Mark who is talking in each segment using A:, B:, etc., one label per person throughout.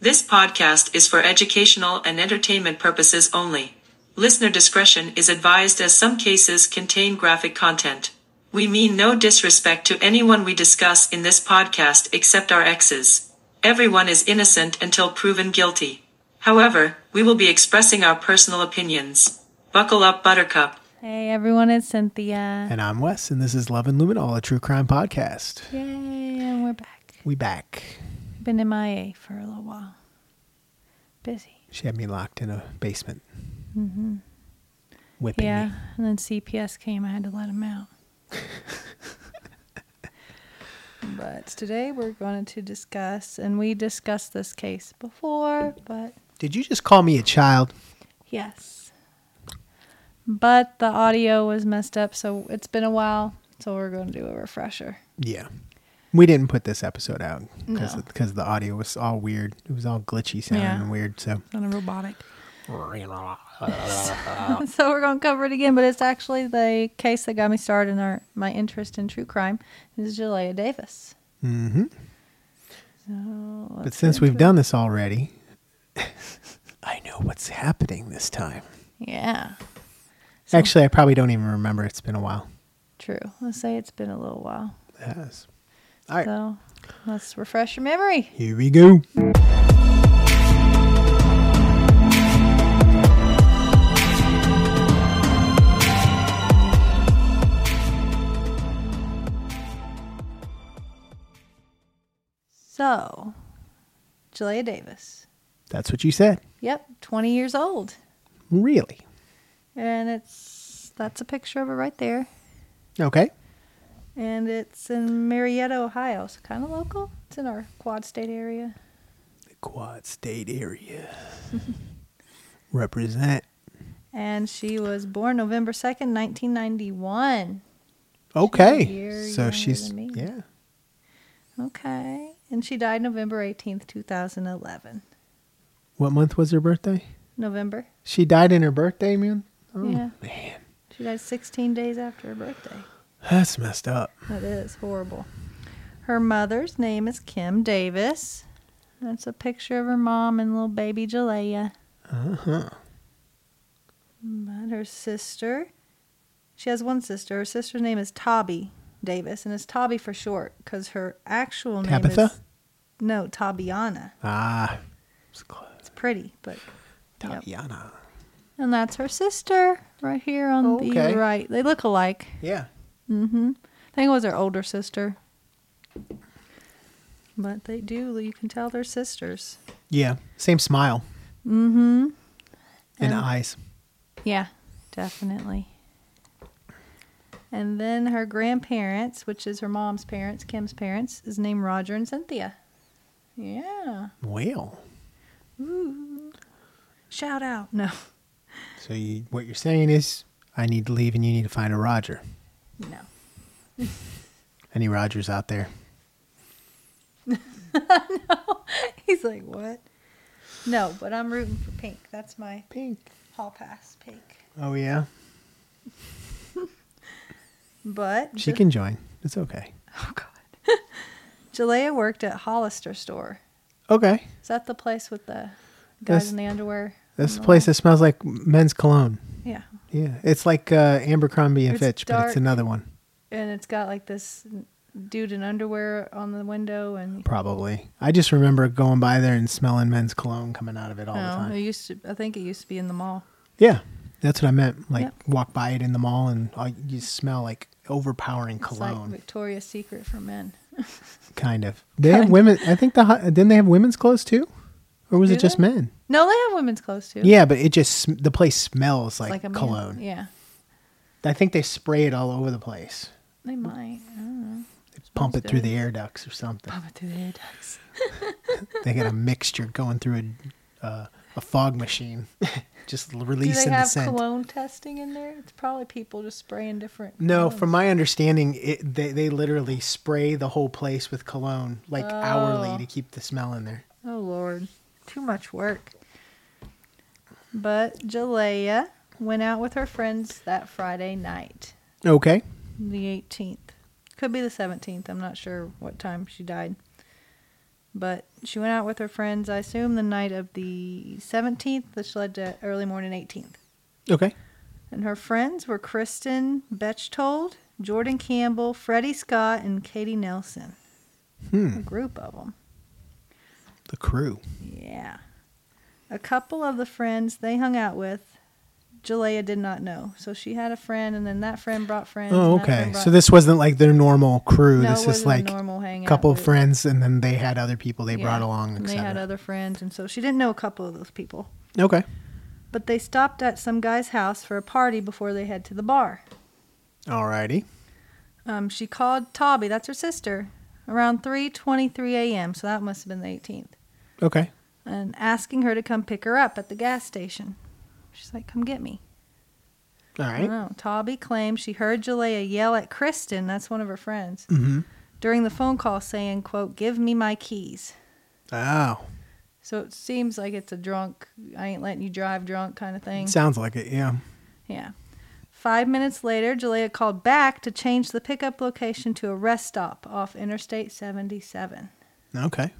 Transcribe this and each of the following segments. A: This podcast is for educational and entertainment purposes only. Listener discretion is advised as some cases contain graphic content. We mean no disrespect to anyone we discuss in this podcast except our exes. Everyone is innocent until proven guilty. However, we will be expressing our personal opinions. Buckle up, Buttercup.
B: Hey everyone, it's Cynthia.
C: And I'm Wes, and this is Love and Luminol, a true crime podcast.
B: Yay, and we're back.
C: We back.
B: We've been MIA for a little while. Busy.
C: She had me locked in a basement.
B: Mm-hmm.
C: Whipping
B: yeah,
C: me.
B: and then CPS came. I had to let him out. but today we're going to discuss, and we discussed this case before, but
C: Did you just call me a child?
B: yes. But the audio was messed up, so it's been a while, so we're going to do a refresher.
C: Yeah. We didn't put this episode out because
B: No.
C: the audio was all weird. It was all glitchy sounding
B: Yeah.
C: and weird. So
B: It's on a robotic. so we're gonna cover it again, but it's actually the case that got me started in our my interest in true crime is Jalea Davis. Mm-hmm. So
C: But
B: let's
C: since
B: get
C: we've
B: into it.
C: done this already, I know what's happening this time.
B: yeah,
C: Actually, I probably don't even remember. It's been a while.
B: true. Let's say it's been a little while.
C: It has. All right.
B: So let's refresh your memory.
C: Here we go.
B: So Jalea Davis.
C: That's what you said.
B: Yep, twenty years old,
C: Really?
B: and it's that's a picture of her right there,
C: Okay.
B: and it's in Marietta, Ohio. So kind of local. It's in our Quad State area.
C: The Quad State area. Represent.
B: And she was born November 2nd, 1991. year
C: Okay. so
B: younger
C: she's
B: than me.
C: yeah.
B: Okay. And she died November 18th, 2011.
C: What month was her birthday?
B: November.
C: She died in her birthday, man. Oh,
B: Yeah.
C: man,
B: She died 16 days after her birthday.
C: that's messed up.
B: That is horrible. Her mother's name is Kim Davis. That's a picture of her mom and little baby Jalea.
C: Uh huh.
B: But her sister, she has one sister. Her sister's name is Tobby Davis, and it's Tobby for short because her actual name
C: Tabitha?
B: is no Tabiana.
C: Ah, it's close.
B: It's pretty, but yep.
C: Tatiana.
B: And that's her sister right here on
C: Okay.
B: the right. They look alike.
C: Yeah.
B: Mm-hmm. I think it was her older sister. But they do. You can tell they're sisters.
C: Yeah. Same smile
B: Mm-hmm.
C: and
B: Um,
C: eyes.
B: Yeah, definitely. And then her grandparents, which is her mom's parents, Kim's parents, is named Roger and Cynthia. Yeah.
C: Well,
B: Ooh. Shout out. No.
C: so you, what you're saying is, I need to leave, and you need to find a Roger.
B: No.
C: Any Rogers out there?
B: He's like, what? No, but I'm rooting for Pink. That's my
C: Pink.
B: hall pass, Pink.
C: Oh yeah,
B: But
C: she
B: Ja-
C: can join. It's okay.
B: Oh God. Jalea worked at Hollister store.
C: Okay.
B: Is that the place with the guys
C: That's-
B: in the underwear?
C: That's
B: on
C: the
B: the
C: place
B: wall?
C: that smells like men's cologne.
B: Yeah,
C: Yeah, it's like uh, Abercrombie and
B: It's
C: Fitch, but
B: dark.
C: it's another one,
B: and it's got like this dude in underwear on the window, and
C: probably. I just remember going by there and smelling men's cologne coming out of it all the
B: no,
C: time.
B: it used to. I think it used to be in the mall.
C: Yeah, that's what I meant. Like
B: Yep.
C: walk by it in the mall and all, you smell like overpowering
B: It's like
C: cologne,
B: Victoria's Secret for men.
C: kind of. They have
B: Kind-
C: women. I think the hot- didn't they have women's clothes too, or was
B: Do
C: it just
B: they?
C: men?
B: No, they have women's clothes too.
C: Yeah, but it just sm- the place smells like,
B: like a man-
C: cologne.
B: Yeah,
C: I think they spray it all over the place.
B: they might. I don't know.
C: They pump it
B: Smells
C: through
B: good.
C: the air ducts or something.
B: Pop it through the air ducts.
C: they got a mixture going through a uh, a fog machine, just l-
B: Do
C: releasing
B: they
C: the
B: have
C: scent.
B: cologne testing in there? It's probably people just spraying different.
C: No,
B: colognes.
C: from my understanding, it, they they literally spray the whole place with cologne like hourly
B: Oh.
C: to keep the smell in there.
B: Oh Lord, too much work. But Jalea went out with her friends that Friday night,
C: Okay.
B: the 18th. Could be the 17th. I'm not sure what time she died. But she went out with her friends, I assume, the night of the 17th, which led to early morning 18th.
C: Okay.
B: And her friends were Kristen Bechtold, Jordan Campbell, Freddie Scott, and Katie Nelson.
C: Hmm.
B: A group of them.
C: The crew.
B: Yeah. A couple of the friends they hung out with, Jalea did not know. So she had a friend, and then that friend brought friends.
C: Oh,
B: and that
C: okay.
B: friend
C: So
B: brought-
C: this wasn't like their normal crew.
B: No,
C: this
B: it
C: is
B: wasn't a
C: like
B: normal hangout
C: couple
B: group.
C: friends, and then they had other people they
B: Yeah.
C: brought along,
B: And they had
C: etc.
B: other friends, and so she didn't know a couple of those people.
C: Okay.
B: But they stopped at some guy's house for a party before they head to the bar.
C: Alrighty.
B: Um, she called Tobby, that's her sister, around 3:23 a.m. So that must have been the 18th,
C: Okay.
B: and asking her to come pick her up at the gas station. She's like, "Come get me."
C: All
B: I don't know. Tobby claims she heard Jalea yell at Kristen, that's one of her friends,
C: Mm-hmm.
B: during the phone call saying, "quote Give me my keys."
C: Oh,
B: So it seems like it's a drunk, I ain't letting you drive drunk kind of thing.
C: sounds like it. Yeah.
B: Yeah. Five minutes later, Jalea called back to change the pickup location to a rest stop off Interstate 77.
C: Okay.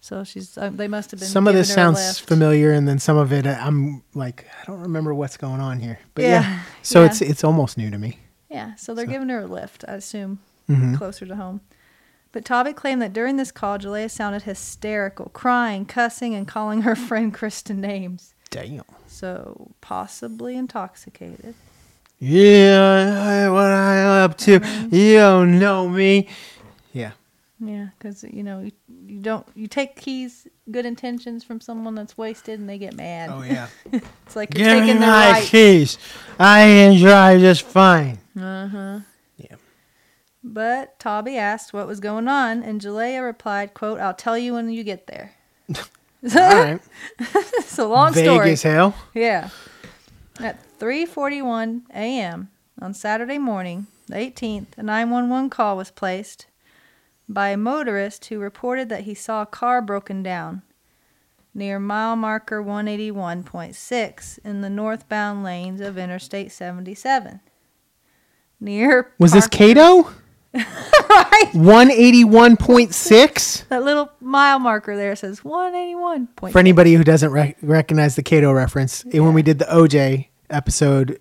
B: So she's. Uh, they must have been.
C: Some of
B: giving
C: this
B: her a
C: sounds
B: lift.
C: familiar, and then some of it uh, I'm like, I don't remember what's going on here. But yeah.
B: Yeah.
C: So
B: Yeah.
C: it's it's almost new to me.
B: Yeah, so they're
C: So-
B: giving her a lift, I assume,
C: Mhm.
B: closer to home. But Tobit claimed that during this call, Jalea sounded hysterical, crying, cussing, and calling her friend Kristen names.
C: Damn.
B: So possibly intoxicated.
C: Yeah, I- what I up to?
B: Mm-hmm.
C: You don't know me. Yeah.
B: Yeah, because you know you, you don't you take keys, good intentions from someone that's wasted, and they get mad.
C: Oh yeah.
B: It's like you're
C: Give me
B: taking their
C: my
B: right.
C: keys. I can drive just fine.
B: Uh huh.
C: Yeah.
B: But Tobby asked what was going on, and Jalea replied, "Quote: I'll tell you when you get there."
C: All right.
B: It's a long
C: Vague
B: story.
C: as hell.
B: Yeah. At 3:41 a.m. on Saturday morning, the 18th, a 911 call was placed by a motorist who reported that he saw a car broken down near mile marker 181.6 in the northbound lanes of Interstate 77. Near
C: Was this
B: Park-
C: Cato?
B: right?
C: One eighty one point six.
B: That little mile marker there says 181.6.
C: For anybody who doesn't rec- recognize the Cato reference, and when we did the OJ episode,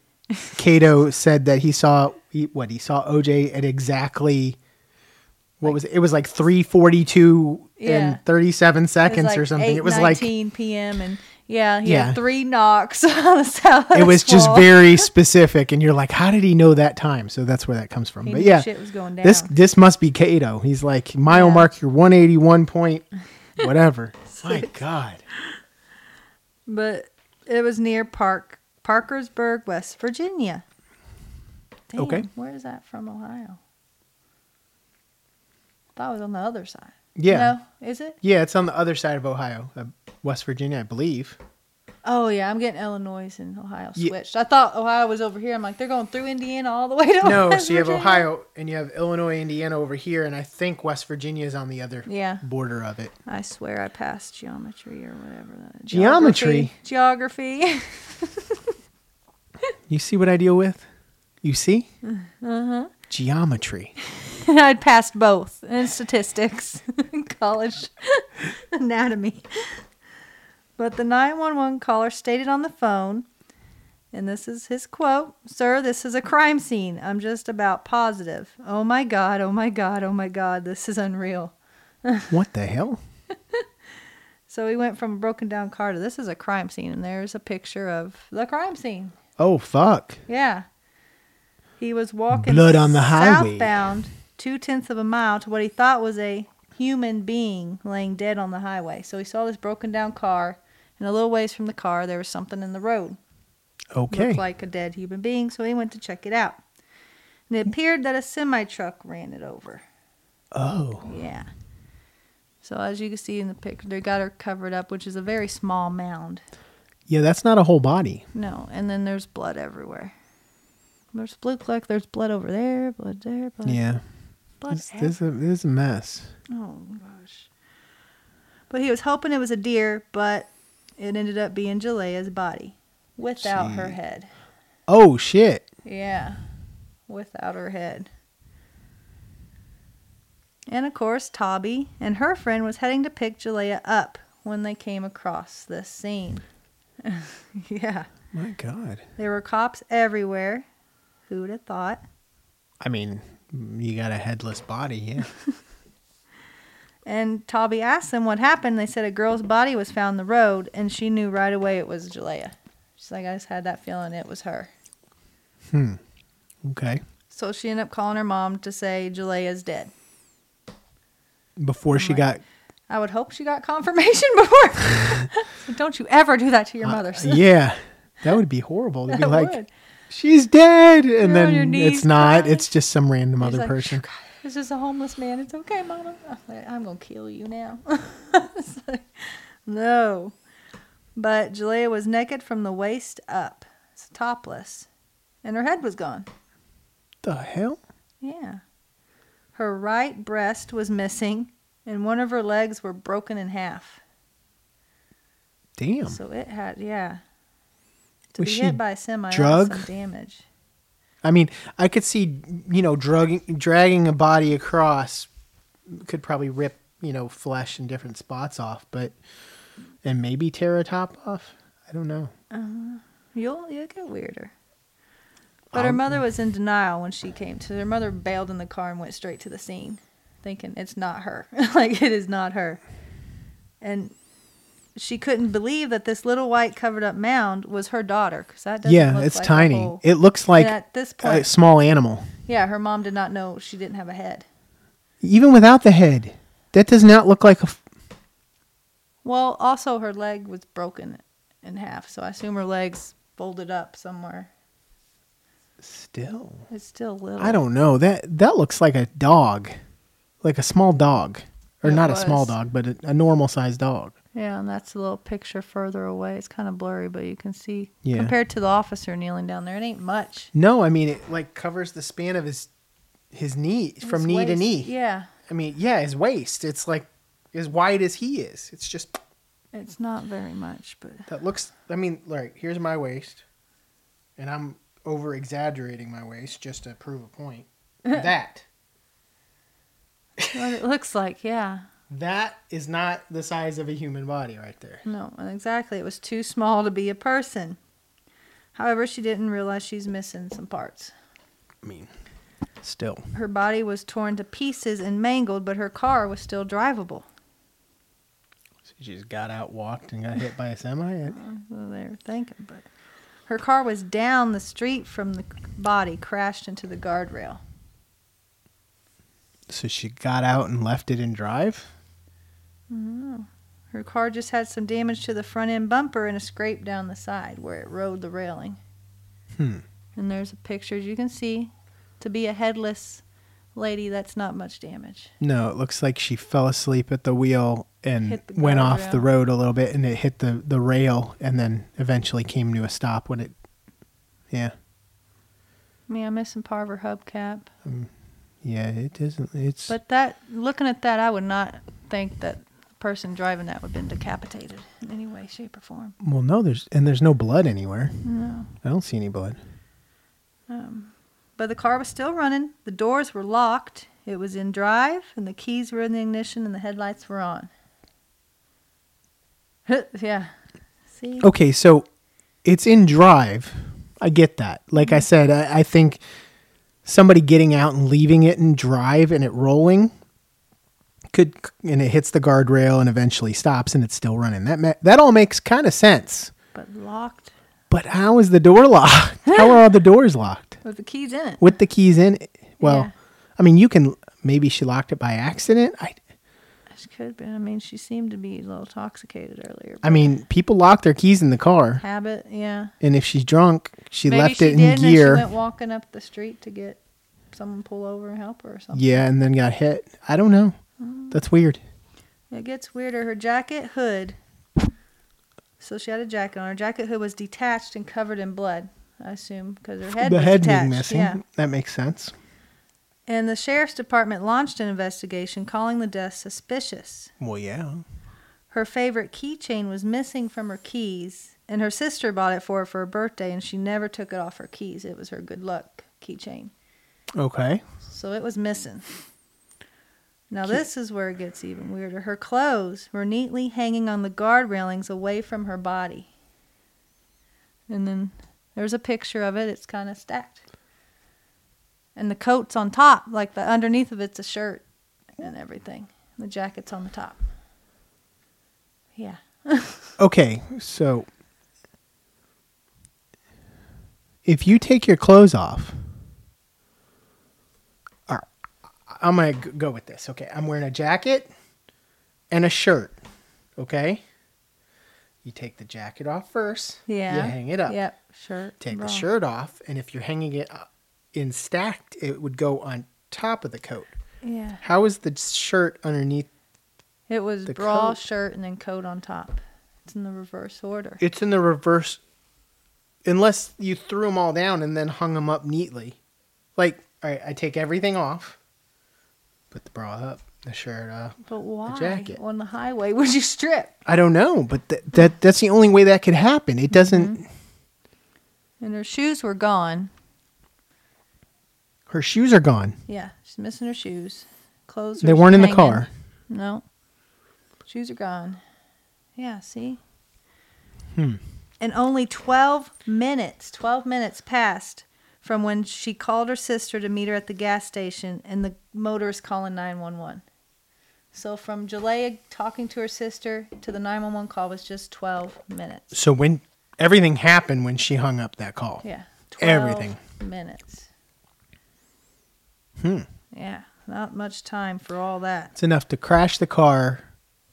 C: Cato said that he saw he, what he saw OJ at exactly what was it? It was like three forty two
B: Yeah.
C: and thirty seven
B: It was
C: seconds
B: like
C: or something. It was like
B: 8:19 p.m. and yeah, he
C: Yeah.
B: had three knocks on the south.
C: it was just very specific, and you're like, how did he know that time? So that's where that comes from.
B: He
C: but
B: knew
C: yeah,
B: shit was going down.
C: this this must be Cato. He's like mile
B: Yeah.
C: marker one eighty one point whatever. My God.
B: but it was near Park Parkersburg, West Virginia. Damn,
C: Okay.
B: where is that from? Ohio. Thought it was on the other side.
C: Yeah.
B: no, is it?
C: Yeah, it's on the other side of Ohio, uh, West Virginia, I believe.
B: Oh yeah, I'm getting Illinois and Ohio
C: Ye-
B: switched. I thought Ohio was over here. I'm like, they're going through Indiana all the way to
C: No,
B: Oh. West
C: so you have
B: Virginia.
C: Ohio and you have Illinois, Indiana over here, and I think West Virginia is on the other
B: Yeah.
C: border of it.
B: I swear I passed geometry or whatever that.
C: Geometry?
B: Geography. geography.
C: You see what I deal with? You see? Uh-huh. Geometry.
B: I'd passed both in statistics, in college anatomy. But the 911 caller stated on the phone, and this is his quote Sir, this is a crime scene. I'm just about positive. Oh my God, oh my God, oh my God, this is unreal.
C: What the hell?
B: So we went from a broken down car to this is a crime scene, and there's a picture of the crime scene.
C: Oh, fuck.
B: Yeah. He was walking
C: Blood on the highway.
B: southbound two tenths of a mile to what he thought was a human being laying dead on the highway. So he saw this broken down car, and a little ways from the car, there was something in the road.
C: Okay.
B: Looked like a dead human being, so he went to check it out. And it appeared that a semi truck ran it over.
C: oh.
B: Yeah. So as you can see in the picture, they got her covered up, which is a very small mound.
C: Yeah, that's not a whole body.
B: No, and then there's blood everywhere. There's blood like there's blood over there, blood there, blood.
C: Yeah.
B: blood
C: It's, this, is a, this is a mess.
B: ev- eh, oh gosh. But he was hoping it was a deer, but it ended up being Jalea's body without her
C: Gee.
B: head.
C: Oh, shit.
B: Yeah, without her head. And of course, Tobby and her friend was heading to pick Jalea up when they came across this scene. yeah.
C: My God.
B: There were cops everywhere. Who'd have thought?
C: I mean, you got a headless body, yeah.
B: And Tobby asked them what happened. They said a girl's body was found in the road, and she knew right away it was Jalea. She's like, I just had that feeling it was her.
C: okay.
B: So she ended up calling her mom to say Jalea's dead.
C: Before she got
B: I would hope she got confirmation before. So don't you ever do that to your mother.
C: Uh, yeah, that would be horrible. To be
B: That
C: like,
B: would.
C: she's dead, and
B: You're on your
C: then
B: knees
C: it's not.
B: crying.
C: It's just some random
B: She's
C: other
B: like,
C: person.
B: "God, This is a homeless man. It's okay, Mama. I'm like, I'm gonna kill you now. It's like, no, but Jalea was naked from the waist up, so topless, and her head was gone.
C: The hell?
B: Yeah, her right breast was missing, and one of her legs were broken in half.
C: Damn.
B: So it had yeah. To
C: Was
B: be
C: she
B: hit by a semi that's
C: drugged?
B: some damage.
C: I mean, I could see you know drugging, dragging a body across could probably rip you know flesh in different spots off, but and maybe tear a top off. I don't know.
B: You'll you'll get weirder. But her mother was in denial when she came to. Her mother bailed in the car and went straight to the scene, thinking it's not her. like it is not her. And she couldn't believe that this little white covered up mound was her daughter because that doesn't
C: yeah,
B: look
C: it's
B: like a
C: tiny.
B: whole-
C: It looks like uh,
B: and at this
C: a
B: point,
C: small animal,
B: yeah, her mom did not know she didn't have a head.
C: even without the head. That does not look like a. F-
B: Well, also her leg was broken in half, so I assume her legs folded up somewhere.
C: Still,
B: It's still little.
C: I don't know. That that looks like a dog, like a small dog, or
B: It
C: not a small
B: was.
C: dog, but a, a normal sized dog.
B: Yeah, and that's a little picture further away. It's kind of blurry, but you can see
C: Yeah.
B: compared to the officer kneeling down there, it ain't much.
C: No, I mean it like covers the span of his his knee from
B: His
C: knee to
B: waist-
C: knee.
B: Yeah,
C: I mean, yeah, his waist. It's like as wide as he is. It's just
B: it's not very much, but
C: that looks. I mean, like here's my waist, and I'm over exaggerating my waist just to prove a point. that
B: that's what it looks like, yeah.
C: that is not the size of a human body right there.
B: No, and exactly. It was too small to be a person. However, she didn't realize she's missing some parts.
C: I mean, still.
B: Her body was torn to pieces and mangled, but her car was still drivable.
C: So she just got out, walked, and got hit by a semi.
B: So they were thinking, but her car was down the street from the body, crashed into the guardrail.
C: So she got out and left it in drive.
B: Her car just had some damage to the front end bumper and a scrape down the side where it rode the railing.
C: Hmm.
B: And there's a picture as you can see to be a headless lady that's not much damage.
C: No, it looks like she fell asleep at the wheel and
B: Hit the
C: went off
B: guardrail.
C: the road a little bit and it hit the, the rail and then eventually came to a stop when it. Yeah.
B: I mean, I'm missing part of her hubcap.
C: Yeah, it isn't. It's.
B: But that, looking at that, I would not think that the person driving that would have been decapitated in any way, shape, or form.
C: well, no, there's. And there's no blood anywhere.
B: No.
C: I don't see any blood.
B: Um, but the car was still running. The doors were locked. It was in drive, and the keys were in the ignition, and the headlights were on. yeah. Oh. See?
C: Okay, so it's in drive. I get that. Like I
B: Mm-hmm.
C: said, I, I think somebody getting out and leaving it in drive and it rolling could and it hits the guardrail and eventually stops and it's still running. That ma- that all makes kind of sense.
B: But locked
C: But how is the door locked? How are all the doors locked
B: with the keys in it.
C: with the keys in? it? Well,
B: Yeah.
C: I mean, you can. Maybe she locked it by accident. I,
B: She could be. I mean, she seemed to be a little intoxicated earlier.
C: I mean, people lock their keys in the car,
B: habit, yeah.
C: and if she's drunk, she
B: Maybe
C: left
B: she
C: it in
B: did, and then
C: gear.
B: she went walking up the street to get someone pull over and help her or something.
C: Yeah, and then got hit. I don't know.
B: Mm.
C: That's weird.
B: It gets weirder. Her jacket hood. So she had a jacket on. Her jacket hood was detached and covered in blood. I assume because her head
C: the
B: was
C: head
B: detached.
C: being missing.
B: Yeah.
C: That makes sense.
B: And the sheriff's department launched an investigation, calling the death suspicious.
C: Well, yeah.
B: Her favorite keychain was missing from her keys, and her sister bought it for her for her birthday, and she never took it off her keys. It was her good luck keychain.
C: Okay.
B: So it was missing. Now, this is where it gets even weirder. Her clothes were neatly hanging on the guard railings away from her body. And then there's a picture of it. It's kind of stacked. And the coat's on top, like the underneath of it's a shirt and everything. The jacket's on the top. Yeah.
C: Okay, so if you take your clothes off, all right, I- I'm gonna g- go with this. Okay, I'm wearing a jacket and a shirt. Okay, you take the jacket off first.
B: Yeah.
C: you hang it up.
B: Yep. Shirt.
C: Take
B: bra.
C: the shirt off, and if you're hanging it up in stacked, it would go on top of the coat.
B: Yeah.
C: How is the shirt underneath?
B: It was
C: The
B: bra,
C: coat.
B: shirt, and then coat on top. It's in the reverse order.
C: It's in the reverse, unless you threw them all down and then hung them up neatly. Like, all right, I take everything off, put the bra up, the shirt up.
B: But why
C: jacket.
B: on the highway would you strip?
C: I don't know, but th- that that's the only way that could happen. It doesn't.
B: And her shoes were gone.
C: Her shoes are gone.
B: Yeah, she's missing her shoes. Clothes.
C: They
B: are
C: weren't in the
B: hanging.
C: car.
B: No, shoes are gone. Yeah, see.
C: Hmm.
B: And only twelve minutes. Twelve minutes passed from when she called her sister to meet her at the gas station, and the motorist calling nine one one. So from Jalea talking to her sister to the nine one one call was just twelve minutes.
C: So when everything happened when she hung up that call.
B: Yeah. 12
C: Everything.
B: Minutes.
C: Hmm.
B: Yeah. Not much time for all that.
C: It's enough to crash the car,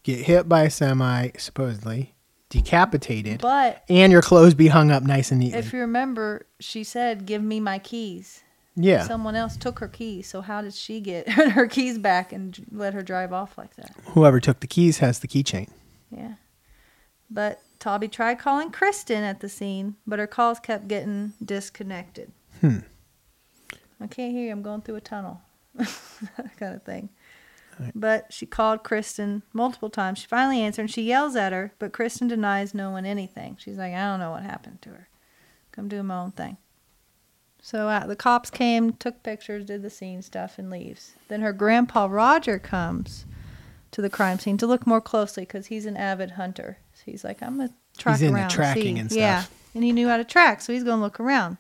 C: get hit by a semi, supposedly, decapitated,
B: But
C: and your clothes be hung up nice and neatly.
B: if you remember, she said, "Give me my keys."
C: yeah.
B: Someone else took her keys. So how did she get her keys back and dr- let her drive off like that?
C: Whoever took the keys has the keychain.
B: Yeah. But Toby tried calling Kristen at the scene, but her calls kept getting disconnected.
C: Hmm.
B: I can't hear you. I'm going through a tunnel. that kind of thing. But she called Kristen multiple times. She finally answered and she yells at her, but Kristen denies knowing anything. She's like, I don't know what happened to her. I'm doing my own thing. So uh, the cops came, took pictures, did the scene stuff, and leaves. Then her grandpa Roger comes to the crime scene to look more closely because he's an avid hunter. So he's like, I'm gonna track
C: into
B: around,
C: tracking
B: see.
C: and
B: Yeah,
C: stuff.
B: and he knew how to track, so he's gonna look around.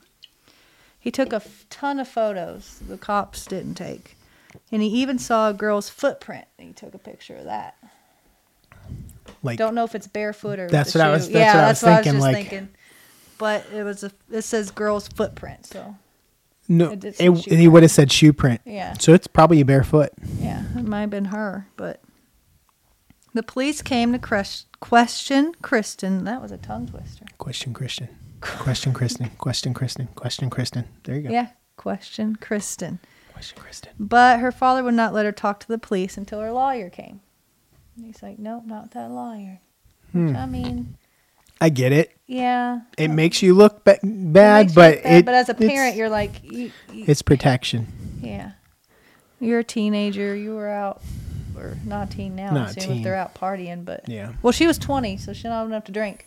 B: He took a f- ton of photos the cops didn't take, and he even saw a girl's footprint. And he took a picture of that.
C: Like
B: Don't know if it's barefoot or with
C: That's
B: the
C: what I was-
B: shoe.
C: that's
B: yeah,
C: what I
B: that's
C: was
B: what
C: thinking,
B: I was just
C: like-
B: thinking. But it was a. It says girl's footprint, so
C: no,
B: It did
C: it,
B: say shoe
C: he would have said shoe print.
B: yeah.
C: So it's probably barefoot.
B: Yeah, it might have been her, but the police came to crush, question Kristen. That was a tongue twister.
C: Question Christian. Question Kristen. Question Kristen. Question Kristen. There you go.
B: Yeah, question Kristen.
C: Question Kristen.
B: But her father would not let her talk to the police until her lawyer came. And he's like, nope, not that lawyer.
C: Hmm.
B: Which, I mean,
C: I get it.
B: yeah.
C: It makes you look ba-
B: it
C: bad,
B: makes you
C: but
B: look bad,
C: it,
B: but as a
C: it's-
B: parent, you're like, you, you-
C: it's protection.
B: yeah. You're a teenager. You were out, or not teen now. I
C: Not
B: assume
C: teen.
B: if they're out partying, but
C: Yeah.
B: Well, she was 20, so she not enough to drink.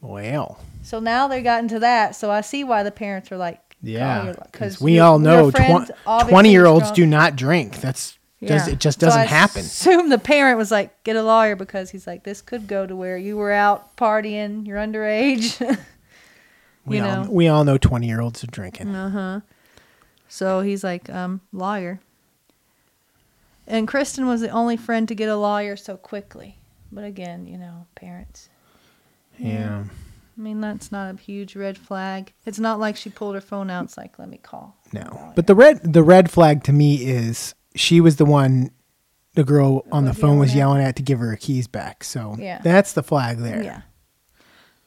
C: Well,
B: So now they got into that. So I see why the parents are like,
C: yeah,
B: because
C: because we all know twenty-year-olds do not drink. That's does, it just doesn't happen.
B: Assume the parent was like, get a lawyer because he's like, this could go to where you were out partying, you're underage.
C: We
B: you
C: all
B: know.
C: we all know twenty-year-olds are drinking.
B: uh huh. So he's like, um, lawyer. And Kristen was the only friend to get a lawyer so quickly. But again, you know, parents.
C: Yeah,
B: I mean, that's not a huge red flag. It's not like she pulled her phone out. It's like, let me call. a
C: no.
B: lawyer.
C: But the red the red flag to me is she was the one the girl on the
B: Was
C: phone was
B: yelling
C: yelling at to give her her keys back. So
B: Yeah.
C: that's the flag there.
B: Yeah.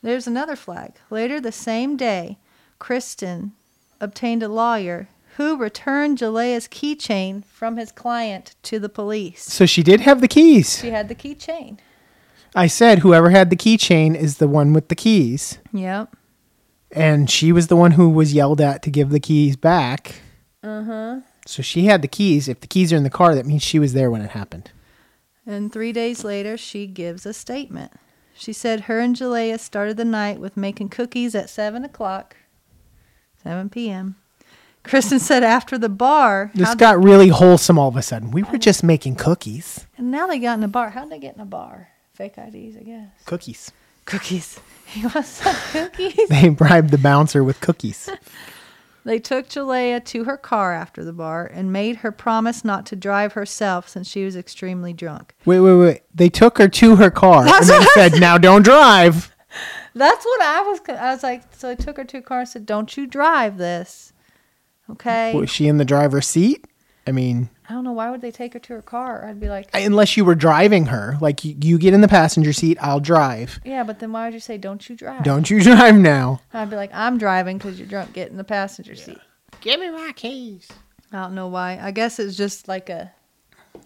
B: There's another flag. Later the same day, Kristen obtained a lawyer who returned Jalea's keychain from his client to the police.
C: So she did have the keys.
B: She had the keychain.
C: I said whoever had the keychain is the one with the keys,
B: Yep.
C: and she was the one who was yelled at to give the keys back.
B: Uh huh.
C: So she had the keys. If the keys are in the car, that means she was there when it happened.
B: And three days later, she gives a statement. She said her and Jalea started the night with making cookies at 7 o'clock, 7 p.m. Kristen said after the bar,
C: This
B: how'd-
C: got really wholesome all of a sudden. We were just making cookies.
B: and now they got in a bar. How'd they get in a bar? Fake IDs, I guess.
C: Cookies.
B: Cookies. He wants some cookies.
C: They bribed the bouncer with cookies.
B: They took Jalea to her car after the bar and made her promise not to drive herself since she was extremely drunk.
C: Wait, wait, wait. They took her to her car
B: That's
C: and then
B: what I
C: said, "Now don't drive."
B: That's what I was. co- I was like, so I took her to a car and said, "Don't you drive this, okay?"
C: Was she in the driver's seat? I mean,
B: I don't know why would they take her to her car. I'd be like,
C: unless you were driving her, like you, you get in the passenger seat, I'll drive.
B: yeah, but then why would you say, "Don't you drive"?
C: Don't you drive now?
B: I'd be like, I'm driving because you're drunk. Get in the passenger seat.
C: Give me my keys.
B: I don't know why. I guess it's just like a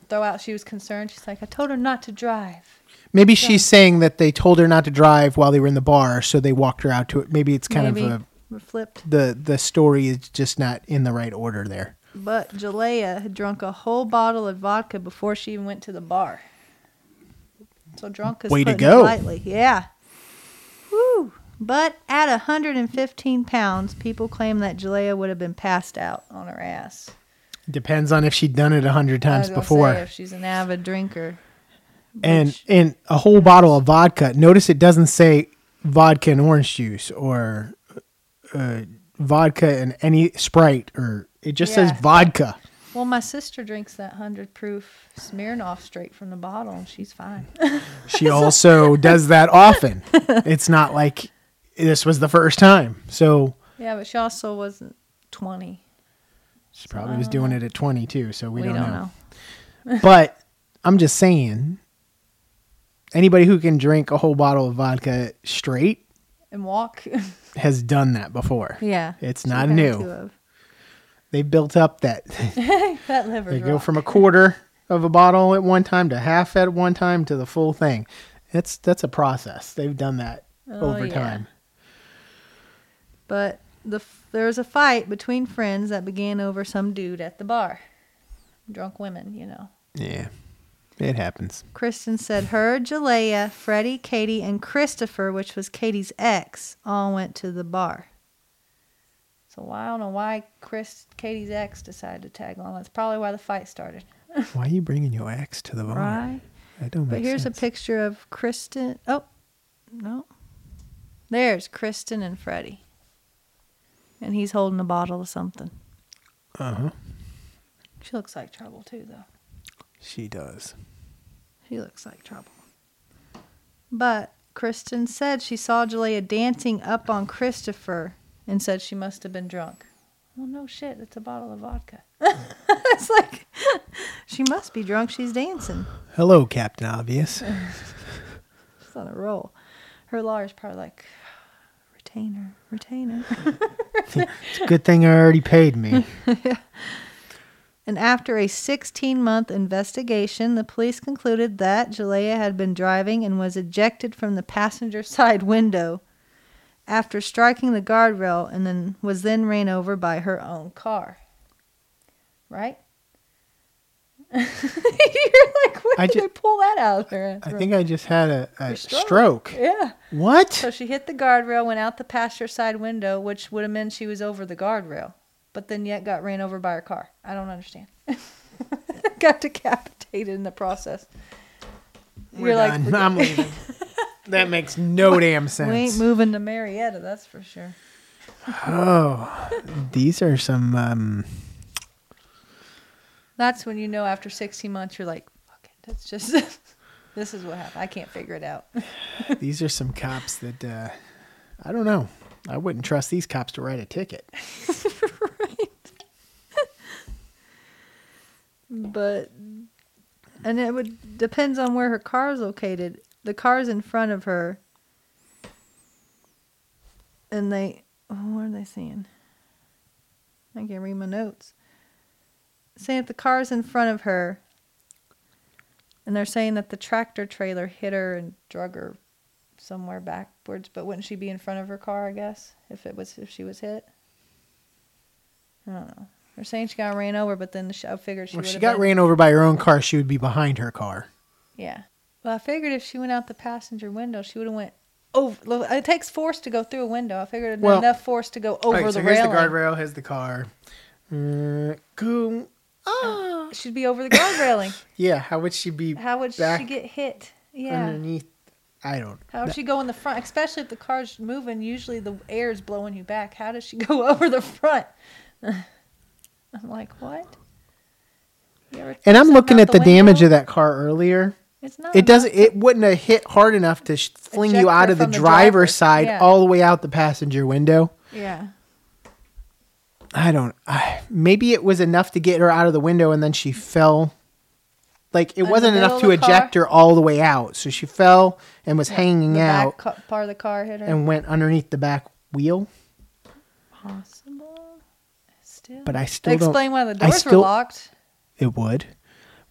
B: throw out. She was concerned. She's like, I told her not to drive.
C: Maybe she's saying that they told her not to drive while they were in the bar, so they walked her out to it. Maybe it's kind
B: Maybe
C: of a,
B: We're flipped.
C: the the story is just not in the right order there.
B: But Jalea had drunk a whole bottle of vodka before she even went to the bar. So drunk is
C: Way to
B: putting it
C: go.
B: lightly. Yeah. Woo. But at 115 pounds, people claim that Jalea would have been passed out on her ass.
C: Depends on if she'd done it a hundred
B: I
C: times
B: was gonna say,
C: before.
B: if she's an avid drinker.
C: and
B: Which-
C: and a whole bottle of vodka. Notice it doesn't say vodka and orange juice or uh, vodka and any Sprite or it just
B: Yeah.
C: says vodka.
B: Well, my sister drinks that 100 proof Smirnoff straight from the bottle and she's fine.
C: She also does that often. It's not like this was the first time. So
B: yeah, but she also wasn't 20.
C: she probably was doing it at 22, so we,
B: We,
C: don't,
B: don't
C: know. but I'm just saying anybody who can drink a whole bottle of vodka straight
B: And walk.
C: has done that before.
B: yeah.
C: It's
B: she
C: not
B: had
C: new.
B: two of-
C: They built up that
B: That liver's
C: They go
B: rock.
C: from a quarter of a bottle at one time to half at one time to the full thing. It's that's a process. They've done that
B: Oh,
C: over
B: yeah.
C: time.
B: But the f- there was a fight between friends that began over some dude at the bar. Drunk women, you know.
C: Yeah. It happens.
B: Kristen said her, Jalea, Freddie, Katie, and Christopher, which was Katie's ex, all went to the bar. So why- I don't know why Chris, Katie's ex, decided to tag along. That's probably why the fight started,
C: Why are you bringing your ex to the bar?
B: right?
C: Oh, That don't
B: But
C: make
B: here's
C: sense.
B: a picture of Kristen. Oh, no. There's Kristen and Freddie. And he's holding a bottle of something.
C: Uh-huh.
B: She looks like trouble, too, though.
C: She does.
B: She looks like trouble. But Kristen said she saw Jalea dancing up on Christopher and said she must have been drunk. Well, no shit. It's a bottle of vodka. it's like, she must be drunk. She's dancing.
C: Hello, Captain Obvious.
B: She's on a roll. Her lawyer's probably like, retainer, retainer.
C: It's a good thing I already paid me.
B: And after a 16 month investigation, the police concluded that Jalea had been driving and was ejected from the passenger side window after striking the guardrail and then was then ran over by her own car. Right? You're like, where
C: I
B: did
C: ju-
B: they pull that out of their ass
C: I
B: from?
C: think I just had a, a
B: Your
C: stroke.
B: Yeah. So
C: What?
B: she hit the guardrail, went out the passenger side window, which would have meant she was over the guardrail, but then yet got ran over by her car. I don't understand. got decapitated in the process.
C: We're
B: You're like,
C: done. I'm leaving. that makes no damn sense.
B: we ain't moving to Marietta, that's for sure.
C: oh. These are some um
B: That's when you know after 16 months, you're like, fuck it, that's just, this is what happened. I can't figure it out.
C: These are some cops that uh, I don't know. I wouldn't trust these cops to write a ticket.
B: but and it would depends on where her car is located the car's in front of her and they oh, what are they saying i can't read my notes saying that the car's in front of her and they're saying that the tractor trailer hit her and drug her somewhere backwards but wouldn't she be in front of her car i guess if it was if she was hit i don't know they're saying she got ran over but then she, i figured she
C: Well, if
B: would
C: she
B: have
C: got
B: been.
C: ran over by her own car, she would be behind her car.
B: Yeah. Well, I figured if she went out the passenger window, she would have went over. look, It takes force to go through a window. I figured it'd be
C: Well-
B: enough force to go over the railing.
C: guardrail, here's the car. Uh, go. Ah.
B: She'd be over the guard railing.
C: Yeah. How would she be?
B: How would
C: back
B: she get hit? Yeah.
C: underneath? I don't.
B: How does she go in the front? Especially if the car's moving, usually the air is blowing you back. How does she go over the front? I'm like, what? You ever
C: And I'm
B: something
C: looking
B: out
C: at the, damage
B: window?
C: of that car earlier.
B: It's not.
C: It doesn't. It wouldn't have hit hard enough to sh- fling
B: Eject
C: you out
B: her
C: of the
B: from the driver,
C: driver's side
B: yeah.
C: all the way out the passenger window.
B: Yeah.
C: I don't. I, maybe it was enough to get her out of the window, and then she fell. Like
B: the
C: it wasn't
B: middle
C: enough
B: of
C: to
B: the car?
C: eject her all the way out, so she fell and was hanging
B: The back
C: out
B: ca- part of the car hit her.
C: and went underneath the back wheel.
B: Possible. Still.
C: But I still don't-
B: Explain why the
C: I
B: doors were
C: still-
B: locked.
C: It would,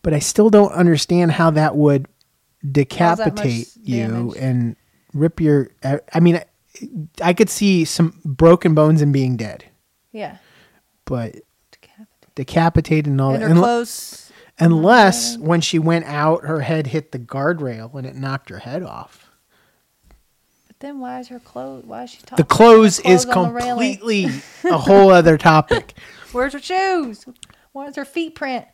C: but I still don't understand how that would decapitate you
B: damage?
C: and rip your. I I mean, I- I could see some broken bones and being dead,
B: Yeah.
C: but
B: Decapitated.
C: decapitated and all
B: And
C: that.
B: her
C: unle-
B: clothes.
C: Unless when she went out, her head hit the guardrail and it knocked her head off.
B: But then why is her clothes? Why is she talking?
C: The clothes, is
B: on Uh, the railing?
C: completely a whole other topic.
B: Where's her shoes? Where's her feet print?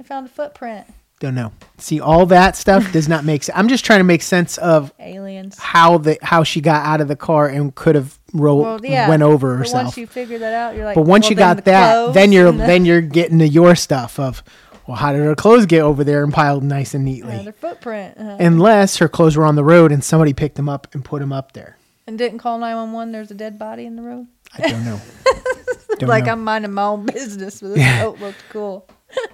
B: I found a footprint.
C: Don't know. See, all that stuff does not make sense. I'm just trying to make sense of
B: Aliens.
C: how the how she got out of the car and could have rolled
B: Well, yeah.
C: went over
B: but
C: herself.
B: Once you figure that out, you're like.
C: but once
B: well,
C: you
B: then
C: got
B: the
C: that,
B: clothes
C: then you're
B: and the-
C: then you're getting to your stuff of, well, how did her clothes get over there and piled nice and neatly?
B: another footprint uh, and,
C: Unless her clothes were on the road and somebody picked them up and put them up there.
B: didn't call 911 there's a dead body in the road
C: I don't know. Don't
B: like
C: know.
B: i'm minding my own business but this coat looked cool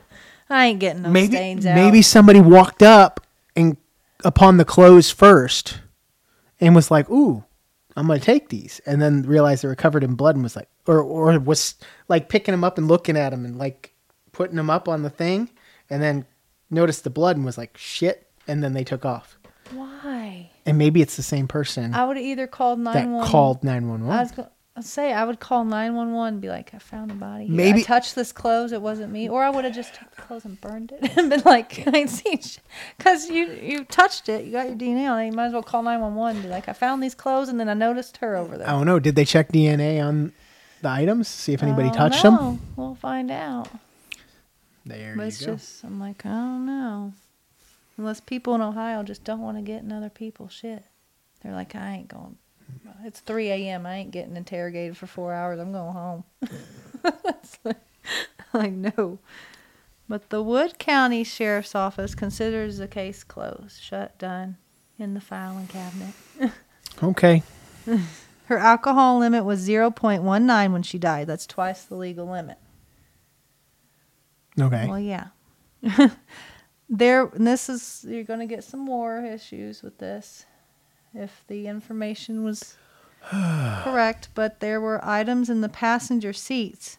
B: i ain't getting no
C: maybe
B: stains out
C: maybe somebody walked up and upon the clothes first and was like, "Ooh, I'm gonna take these," and then realized they were covered in blood and was like, or or was like picking them up and looking at them and like putting them up on the thing, and then noticed the blood and was like, "Shit," and then they took off.
B: why
C: And maybe it's the same person
B: i would have either called
C: that
B: 911
C: called nine one
B: i was
C: one.
B: gonna I'd say i would call 911 and be like i found a body here. i
C: Maybe-
B: touched this clothes it wasn't me or i would have just took the clothes and burned it and been like i ain't seen because you you touched it you got your dna on it you might as well call 911 and be like i found these clothes and then i noticed her over there
C: I don't know. Did they check DNA on the items? See if anybody
B: don't
C: touched them.
B: know. We'll find out.
C: There
B: But
C: you
B: it's
C: go.
B: just, I'm like, I don't know. Unless people in Ohio just don't want to get in other people's shit. They're like, I ain't going. It's 3 a.m. I ain't getting interrogated for four hours. I'm going home. It's like, I know. But the Wood County Sheriff's Office considers the case closed, shut, done, in the filing cabinet.
C: Okay.
B: Her alcohol limit was 0.19 when she died. That's twice the legal limit.
C: Okay.
B: Well, yeah. there, and this is you're going to get some more issues with this if the information was correct. But there were items in the passenger seats,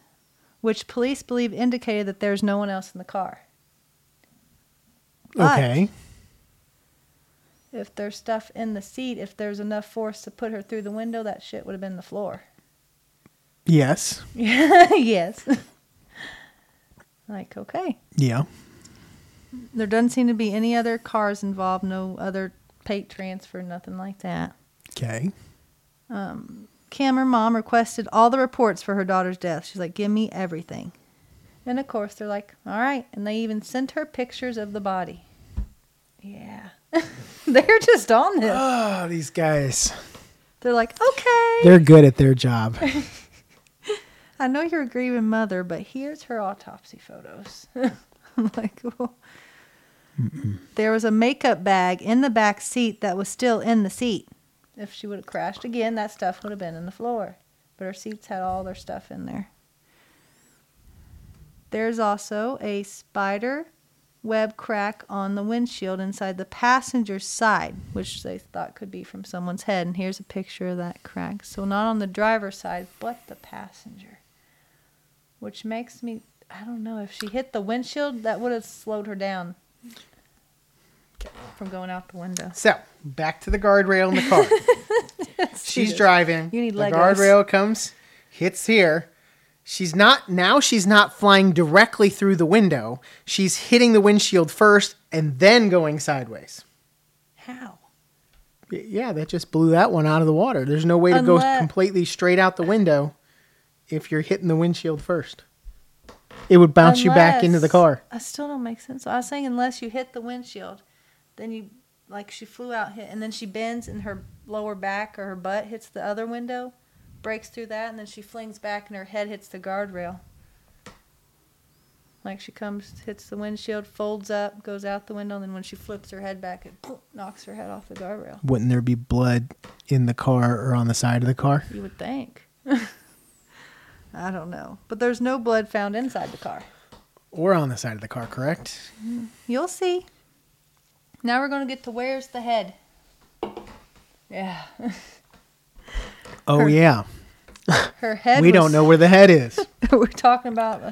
B: which police believe indicated that there's no one else in the car. But
C: okay.
B: If there's stuff in the seat, if there's enough force to put her through the window, that shit would have been the floor.
C: Yes.
B: yes. like okay.
C: Yeah.
B: There doesn't seem to be any other cars involved, no other pate transfer, nothing like that.
C: Okay.
B: Kim, her mom, requested all the reports for her daughter's death. She's like, give me everything. And of course, they're like, all right. And they even sent her pictures of the body. Yeah. they're just on this.
C: Oh, these guys.
B: They're like, okay.
C: They're good at their job.
B: I know you're a grieving mother, but here's her autopsy photos. I'm like, well. There was a makeup bag in the back seat that was still in the seat. If she would have crashed again, that stuff would have been in the floor. But her seats had all their stuff in there. There's also a spider web crack on the windshield inside the passenger's side, which they thought could be from someone's head. And here's a picture of that crack. So, not on the driver's side, but the passenger. Which makes me, I don't know, if she hit the windshield, that would have slowed her down from going out the window.
C: So back to the guardrail in the car. She's
B: this.
C: driving.
B: You need
C: the
B: Legos.
C: guardrail comes, hits here. She's not now. She's not flying directly through the window. She's hitting the windshield first and then going sideways.
B: How?
C: Y- Yeah, that just blew that one out of the water. There's no way to
B: Unle-
C: go completely straight out the window if you're hitting the windshield first. It would bounce you back into the
B: Unless-
C: car.
B: I still don't make sense. I was saying unless you hit the windshield, then you like she flew out hit, and then she bends and her lower back or her butt hits the other window, breaks through that, and then she flings back and her head hits the guardrail. Like she comes, hits the windshield, folds up, goes out the window, and then when she flips her head back, it poof, knocks her head off the guardrail.
C: Wouldn't there be blood in the car or on the side of the car?
B: You would think. I don't know, but there's no blood found inside the car.
C: Or on the side of the car, correct?
B: You'll see. Now we're going to get to where's the head. Yeah.
C: Oh,
B: Her-
C: yeah.
B: Her head.
C: we don't
B: was-
C: know where the head is.
B: we're talking about uh,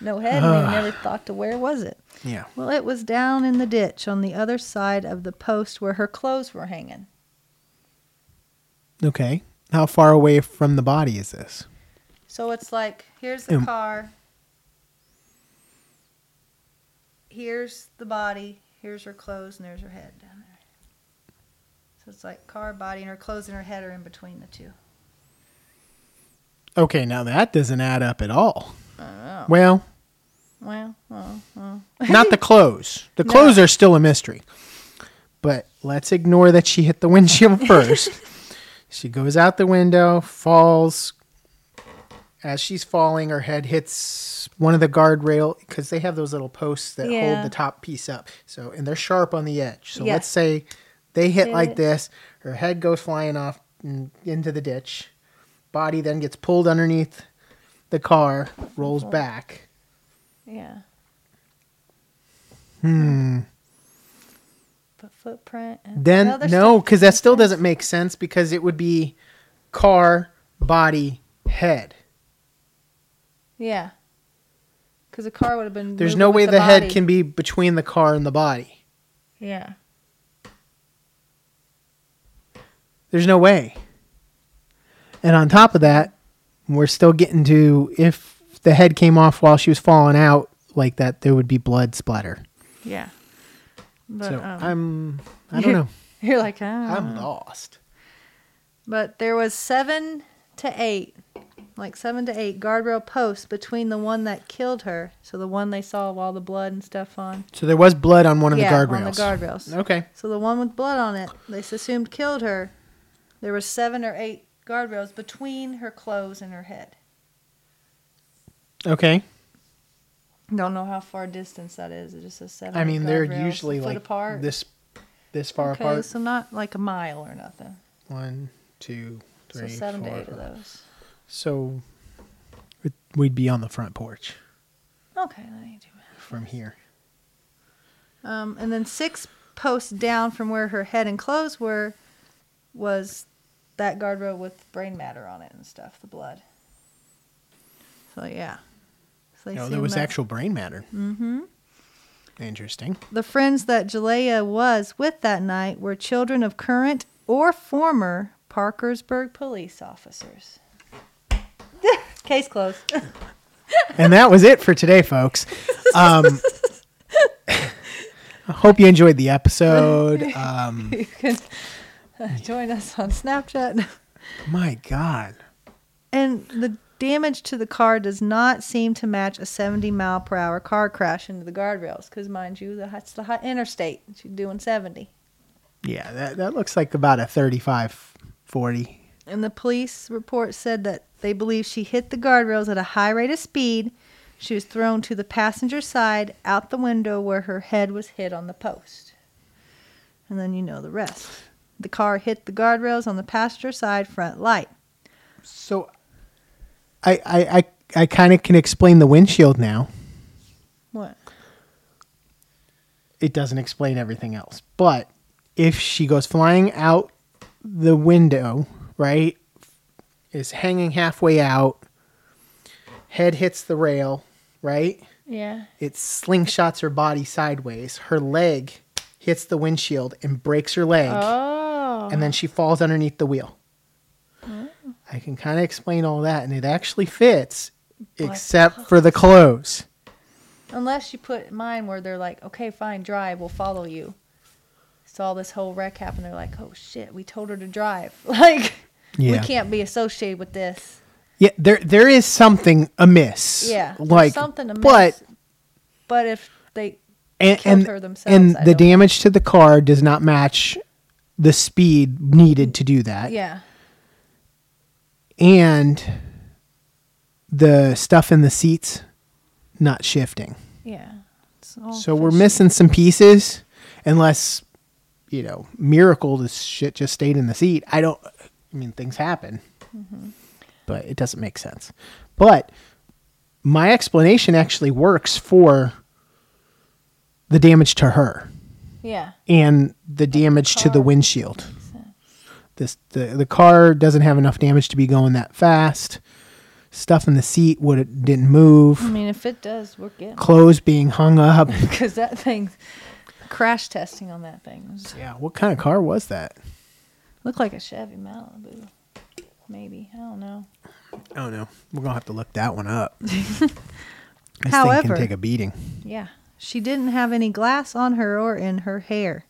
B: no head,
C: Ah.
B: and they never thought to where was it.
C: yeah.
B: Well, it was down in the ditch on the other side of the post where her clothes were hanging.
C: Okay. How far away from the body is this?
B: So it's like here's the
C: Um.
B: car. Here's the body. Here's her clothes, and there's her head down there. So it's like car, body, and her clothes and her head are in between the two.
C: Okay, now that doesn't add up at all. Well,
B: Well, well, well.
C: not the clothes. The clothes are still a mystery. But let's ignore that she hit the windshield first. she goes out the window, falls. As she's falling, her head hits one of the guardrail because they have those little posts that
B: Yeah.
C: hold the top piece up. So and they're sharp on the edge. So
B: Yeah.
C: let's say they hit
B: Hit
C: like
B: it.
C: this. Her head goes flying off and into the ditch. Body then gets pulled underneath the car, rolls
B: Oh.
C: back.
B: Yeah. Hmm. But footprint. And
C: Hmm. Then
B: other
C: no,
B: stuff-
C: because that still doesn't make sense because it would be car, body, head.
B: Yeah. Because the car would have been.
C: There's
B: moving
C: no
B: with
C: way the, head
B: body.
C: can be between the car and the body.
B: Yeah.
C: There's no way. And on top of that, we're still getting to if the head came off while she was falling out like that, there would be blood splatter.
B: Yeah. But
C: so
B: um,
C: I'm- I don't know.
B: you're like, ah.
C: I'm lost.
B: But there was seven to eight, like seven to eight guardrail posts between the one that killed her, so the one they saw with all the blood and stuff on.
C: So there was blood on one of
B: yeah,
C: the guardrails.
B: on the guardrails.
C: Okay.
B: So the one with blood on it, they assumed killed her. There were seven or eight guardrails between her clothes and her head.
C: Okay.
B: Don't know how far distance that is. It just says seven.
C: I mean,
B: guardrails,
C: they're
B: a
C: usually
B: foot
C: like
B: apart.
C: this this far
B: okay,
C: apart.
B: so not like a mile or nothing.
C: One, two, three,
B: so seven
C: four,
B: to eight of
C: five.
B: those.
C: So it- we'd be on the front porch
B: Okay, that ain't too bad.
C: from here.
B: Um, and then six posts down from where her head and clothes were, was that guardrail with brain matter on it and stuff, the blood. So yeah. So they
C: No, Oh, there
B: assume
C: was
B: that's-
C: actual brain matter. Mm-hmm. Interesting.
B: The friends that Jalea was with that night were children of current or former Parkersburg police officers. Case closed.
C: And that was it for today, folks. Um, I hope you enjoyed the episode. Um,
B: you can uh, join us on Snapchat.
C: my God.
B: And the damage to the car does not seem to match a 70 mile per hour car crash into the guardrails, because mind you, the- that's the high interstate. She's doing 70.
C: Yeah, that, that looks like about a 35, 40.
B: And the police report said that they believe she hit the guardrails at a high rate of speed. She was thrown to the passenger side out the window where her head was hit on the post. And then you know the rest. The car hit the guardrails on the passenger side front light.
C: So I, I, I, I kind of can explain the windshield now.
B: What?
C: it doesn't explain everything else. But if she goes flying out the window, right, is hanging halfway out, head hits the rail, right?
B: Yeah.
C: It slingshots her body sideways. Her leg hits the windshield and breaks her leg,
B: Oh.
C: and then she falls underneath the wheel. I can kind of explain all that, and it actually fits, except for the clothes.
B: Unless you put mine where they're like, okay, fine, drive, we'll follow you. Saw this whole wreck happen. They're like, oh shit, we told her to drive. Like,
C: Yeah.
B: we can't be associated with this.
C: Yeah, there there is something amiss.
B: Yeah, there's
C: like
B: something amiss.
C: But
B: but if they
C: and
B: killed
C: and,
B: her themselves,
C: and
B: I
C: the
B: don't-
C: damage to the car does not match the speed needed to do that.
B: yeah
C: and the stuff in the seats not shifting.
B: yeah. It's all
C: so we're
B: fishy.
C: missing some pieces, unless you know miracle this shit just stayed in the seat. I don't. I mean, things happen, but it doesn't make sense. But my explanation actually works for the damage to her
B: Yeah,
C: and the damage to the
B: car.
C: windshield. This the the car doesn't have enough damage to be going that fast. Stuff in the seat would it didn't
B: I
C: move.
B: mean if it does, we're getting
C: Clothes being hung up.
B: because that thing crash testing on that thing was,
C: yeah, what kind of car was that?
B: looked like a Chevy Malibu, maybe I don't know.
C: Oh no, we're gonna have to look that one up. this thing
B: However-
C: can take a beating.
B: Yeah, she didn't have any glass on her or in her hair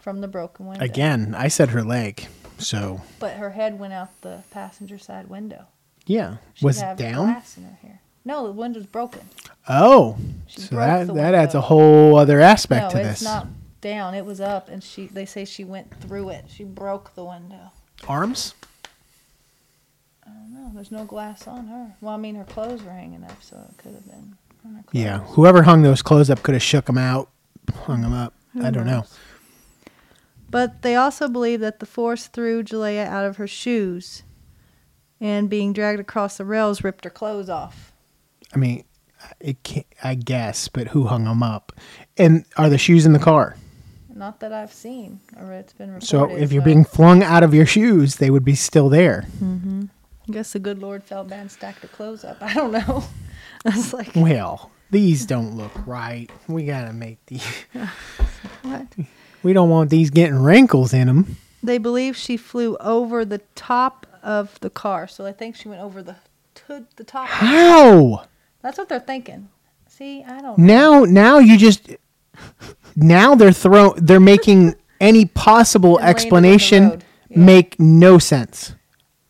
B: from the broken window.
C: Again, I said her leg, so
B: but her head went out the passenger side window.
C: yeah,
B: She
C: was
B: had
C: it down?
B: Glass in her hair. No, the window's broken.
C: Oh,
B: She
C: so
B: broke
C: that
B: the
C: that adds a
B: window.
C: whole other aspect
B: no,
C: to
B: it's
C: this.
B: not down. It was up, and she. They say she went through it. She broke the window.
C: Arms?
B: I don't know. There's no glass on her. Well, I mean, her clothes were hanging up, so it could have been. on her
C: Yeah,
B: clothes.
C: whoever hung those clothes up could have shook them out, hung them up. I don't know.
B: But they also believe that the force threw Jalea out of her shoes, and being dragged across the rails ripped her clothes off.
C: I mean, it can't, I guess, but who hung them up? And are the shoes in the car?
B: Not that I've seen, or it's been reported.
C: So if you're
B: but
C: being flung out of your shoes, they would be still there.
B: I guess the good Lord felt bad and stacked her clothes up. I don't know. I was like,
C: Well, these don't look right. We gotta make these.
B: what?
C: We don't want these getting wrinkles in them.
B: They believe she flew over the top of the car, so I think she went over the to the top.
C: How?
B: That's what they're thinking. See, I don't. know.
C: Now, now you just now they're throw they're making any possible
B: And landed on the
C: explanation
B: road. Yeah.
C: make no sense.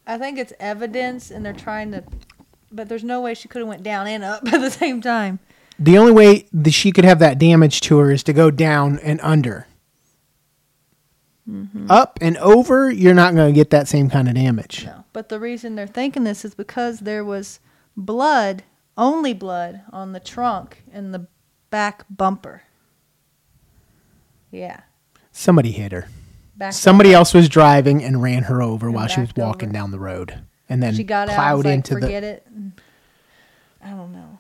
B: I think it's evidence, and they're trying to. But there's no way she could have went down and up at the same time.
C: The only way that she could have that damage to her is to go down and under.
B: Mm-hmm.
C: Up and over, you're not going to get that same kind of damage.
B: No. But the reason they're thinking this is because there was blood, only blood, on the trunk and the back bumper. Yeah.
C: Somebody hit her.
B: Back
C: Somebody else was driving and ran her over
B: And
C: while she was
B: backed
C: walking
B: over.
C: down the road, and then
B: She got out. and was
C: plowed
B: like,
C: into the
B: forget it. and- I don't know.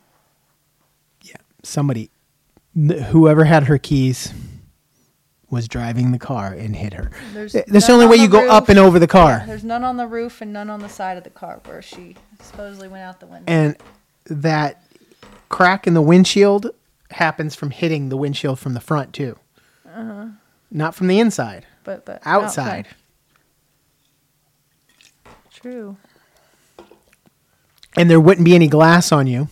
C: somebody. n- Whoever had her keys was driving the car and hit her.
B: There's
C: Th- That's the
B: none
C: only way
B: on
C: you
B: the
C: go up
B: roof.
C: and over the car.
B: There's none on the roof and none on the side of the car where she supposedly went out the window.
C: and that crack in the windshield happens from hitting the windshield from the front too
B: Uh-huh.
C: not from the inside
B: but oh, but
C: outside
B: True.
C: and there wouldn't be any glass on you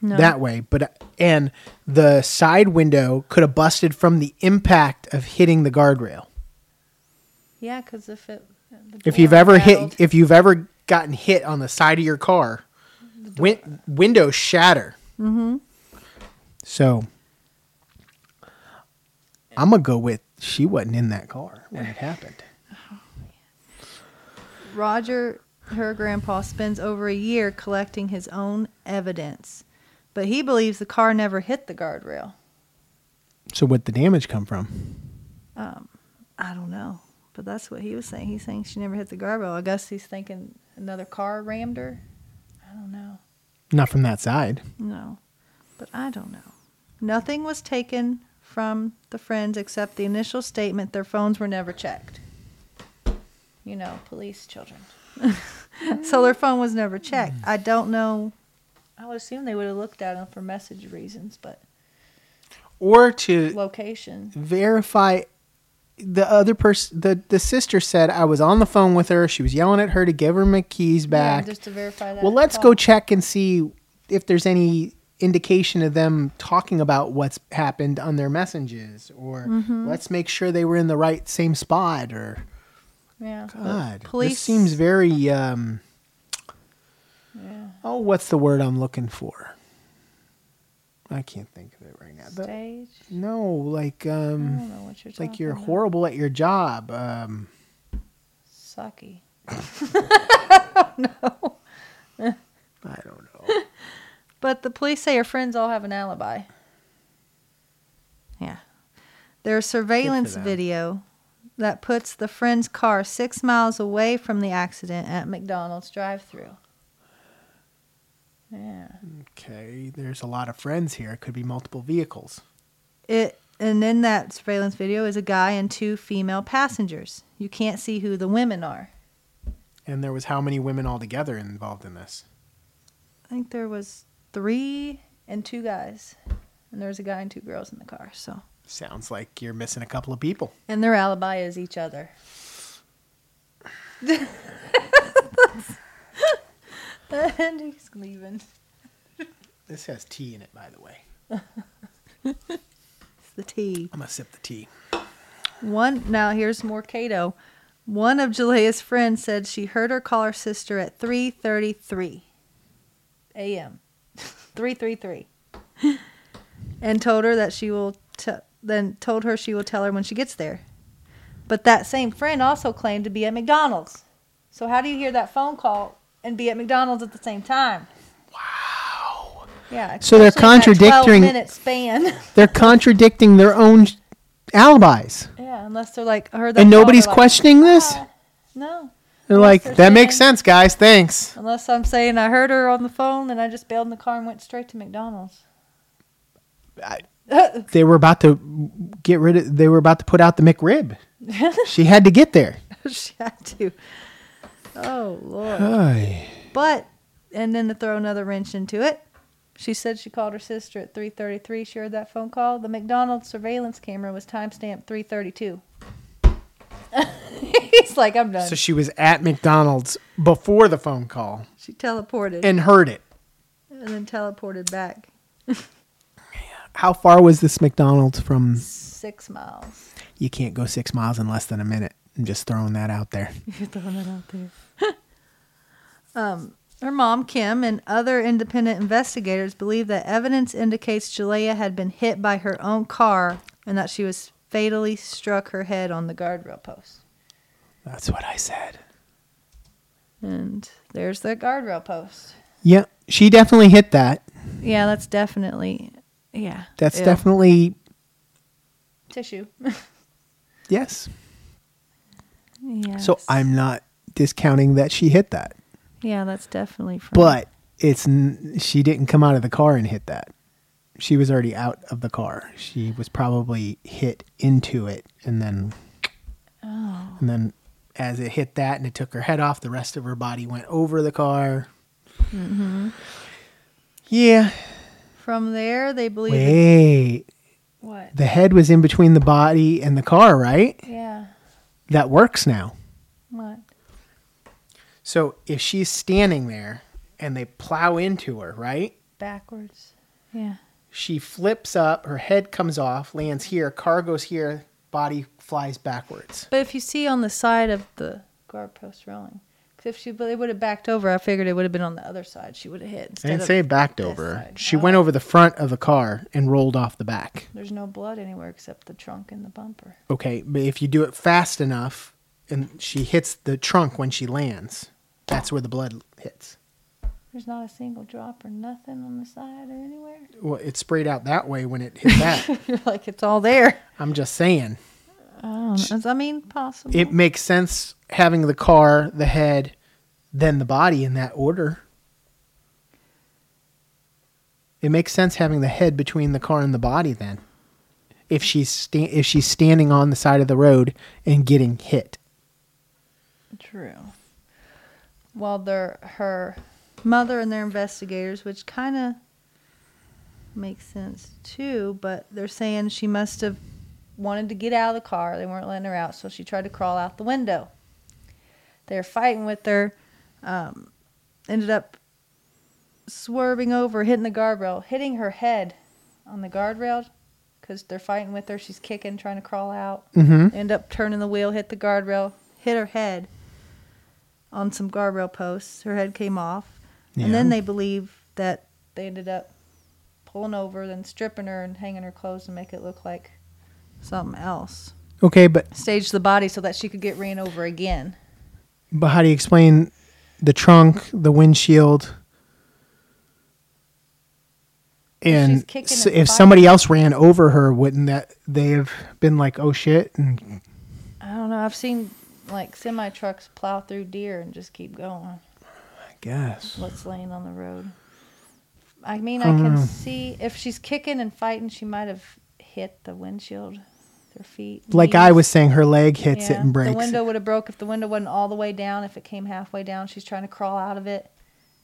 B: No.
C: that way but and the side window could have busted from the impact of hitting the guardrail
B: Yeah, because if it. the
C: if
B: door
C: you've ever
B: rattled,
C: hit if you've ever gotten hit on the side of your car win- windows shatter mm-hmm. so i'm gonna go with she wasn't in that car when it happened
B: Roger, her grandpa, spends over a year collecting his own evidence, but he believes the car never hit the guardrail.
C: so where'd the damage come from
B: I don't know, but that's what he was saying. He's saying she never hit the guardrail. I guess he's thinking another car rammed her. I don't know.
C: not from that side
B: No, but I don't know. Nothing was taken from the friends except the initial statement their phones were never checked. You know, police children. so their phone was never checked. I don't know. I would assume they would have looked at them for message reasons, but
C: or to
B: location.
C: verify the other person the, the sister said i was on the phone with her she was yelling at her to give her my keys back
B: Yeah, just to verify that.
C: Well, let's
B: call.
C: go check and see if there's any indication of them talking about what's happened on their messages, or
B: Mm-hmm.
C: let's make sure they were in the right same spot. Or
B: Yeah. but
C: God,
B: Uh, Police
C: this seems very um,
B: Yeah.
C: Oh, what's the word I'm looking for? I can't think of it right now. The-
B: Stage.
C: no, like
B: I
C: um,
B: don't know what you're
C: it's
B: talking.
C: like you're
B: about.
C: horrible at your job. Um,
B: sucky.
C: I don't know.
B: But the police say her friends all have an alibi. Yeah. There's surveillance
C: them.
B: video that puts the friend's car six miles away from the accident at McDonald's drive thru. Yeah.
C: okay, there's a lot of friends here. It could be multiple vehicles.
B: It and in that surveillance video is a guy and two female passengers. You can't see who the women are.
C: And there was how many women altogether involved in this?
B: I think there was three and two guys. And there was a guy and two girls in the car, so
C: Sounds like you're missing a couple of people.
B: And their alibi is each other. and he's leaving.
C: This has tea in it, by the way.
B: It's the tea.
C: I'm gonna sip the tea.
B: One now here's more Cato. One of Julia's friends said she heard her call her sister at three thirty three AM. three three three. And told her that she will t- then told her she will tell her when she gets there. But that same friend also claimed to be at McDonald's. So how do you hear that phone call and be at McDonald's at the same time?
C: Wow.
B: Yeah.
C: So they're contradicting-
B: Minute span.
C: They're contradicting their own sh- alibis,
B: yeah, unless they're like I heard. that
C: and
B: call,
C: nobody's
B: they're like,
C: questioning this.
B: "Ah, No,
C: Oh, They're
B: unless
C: like,
B: they're
C: that makes
B: saying-
C: sense, guys. Thanks.
B: Unless I'm saying I heard her on the phone and I just bailed in the car and went straight to McDonald's.
C: They were about to get rid of. They were about to put out the McRib. she had to get there.
B: she had to. Oh lord.
C: Ay.
B: But and then to throw another wrench into it, she said she called her sister at 3:33. She heard that phone call. The McDonald's surveillance camera was timestamped 3:32. He's like, I'm done.
C: So she was at McDonald's before the phone call
B: she teleported
C: and heard it.
B: and then teleported back
C: How far was this McDonald's from?
B: six miles.
C: You can't go six miles in less than a minute. I'm just throwing that out there.
B: You're throwing that out there. um, her mom, Kim, and other independent investigators believe that evidence indicates Jalea had been hit by her own car and that she was fatally struck her head on the guardrail post.
C: That's what I said.
B: And there's the guardrail post.
C: Yeah, she definitely hit that.
B: Yeah, that's definitely, yeah.
C: That's
B: Ew.
C: definitely
B: tissue.
C: yes.
B: yes.
C: So I'm not discounting that she hit that,
B: Yeah, that's definitely from.
C: but it's n- she didn't come out of the car and hit that. She was already out of the car. She was probably hit into it, and then
B: Oh,
C: and then as it hit that and it took her head off, the rest of her body went over the car. Yeah.
B: from there they believe.
C: Wait.
B: What?
C: The head was in between the body and the car, right?
B: Yeah.
C: That works now.
B: What?
C: So if she's standing there and they plow into her, right?
B: Backwards. Yeah.
C: She flips up, her head comes off, lands here, car goes here, body flies backwards.
B: But if you see on the side of the guard post rolling, 'cause if she but it would have backed over, I figured it would have been on the other side. She would have hit.
C: I
B: Instead
C: didn't
B: of,
C: say it backed
B: this
C: over. her.
B: side.
C: She
B: Oh.
C: went over the front of the car and rolled off the back.
B: There's no blood anywhere except the trunk and the bumper.
C: Okay, but if you do it fast enough and she hits the trunk when she lands, that's where the blood hits.
B: There's not a single drop or nothing on the side or anywhere.
C: Well, it sprayed out that way when it hit that.
B: You're like it's all there.
C: I'm just saying.
B: Oh, I mean, possible.
C: It makes sense having the car, the head, then the body in that order. It makes sense having the head between the car and the body then. If she's sta- if she's standing on the side of the road and getting hit.
B: True. While their her mother and their investigators, which kind of makes sense too, but they're saying she must have wanted to get out of the car. They weren't letting her out, so she tried to crawl out the window. They're fighting with her. Um, ended up swerving over, hitting the guardrail, hitting her head on the guardrail because they're fighting with her. She's kicking, trying to crawl out
C: Mhm.
B: Mm-hmm. end up turning the wheel, hit the guardrail, hit her head on some guardrail posts. Her head came off. And then
C: Yeah.
B: they believe that they ended up pulling over, then stripping her and hanging her clothes to make it look like something else.
C: Okay, but
B: Staged the body so that she could get ran over again.
C: but how do you explain the trunk, the windshield,
B: She's
C: and
B: kicking
C: s-
B: and fighting.
C: if somebody else ran over her, wouldn't that they have been like, oh shit? And
B: I don't know. I've seen like semi trucks plow through deer and just keep going.
C: I guess
B: What's laying on the road? I mean, I
C: I don't
B: can
C: know.
B: see if she's kicking and fighting, she might have hit the windshield, with her feet.
C: like I was saying, her leg hits it
B: Yeah.
C: and breaks.
B: The
C: it.
B: window would have broke if the window wasn't all the way down. If it came halfway down, she's trying to crawl out of it.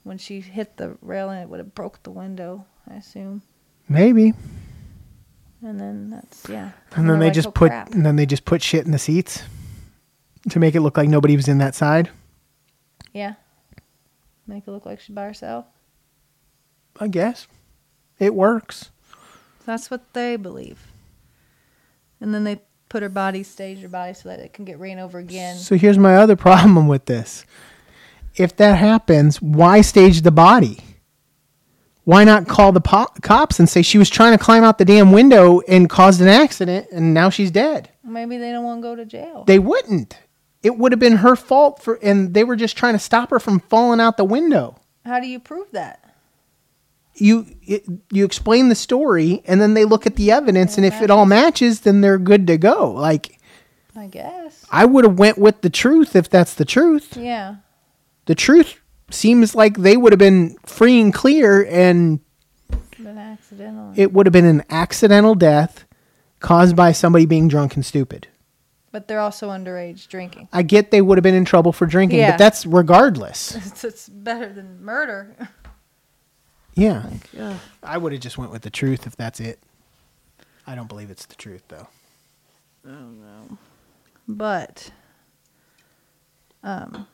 B: When she hit the railing, it would have broke the window, I assume.
C: Maybe.
B: And then that's yeah.
C: And then
B: we're
C: they
B: like,
C: just
B: "Oh,
C: put
B: crap."
C: and then they just put shit in the seats to make it look like nobody was in that side.
B: yeah, make it look like she's by herself.
C: I guess it works.
B: That's what they believe. And then they put her body, stage her body, so that it can get ran over again.
C: So here's my other problem with this. If that happens, why stage the body? Why not call the po- cops and say she was trying to climb out the damn window and caused an accident and now she's dead?
B: Maybe they don't want to go to jail.
C: They wouldn't. It would have been her fault for and they were just trying to stop her from falling out the window.
B: How do you prove that?
C: you it, you explain the story and then they look at the evidence and if it all matches then they're good to go like
B: I guess.
C: i would have went with the truth if that's the truth
B: Yeah.
C: the truth seems like they would have been free and clear and
B: But accidental.
C: it would have been an accidental death caused by somebody being drunk and stupid
B: but they're also underage drinking.
C: i get they would have been in trouble for drinking
B: Yeah.
C: but that's regardless
B: It's, it's better than murder.
C: yeah
B: ugh.
C: i would have just went with the truth if that's it i don't believe it's the truth though
B: But um,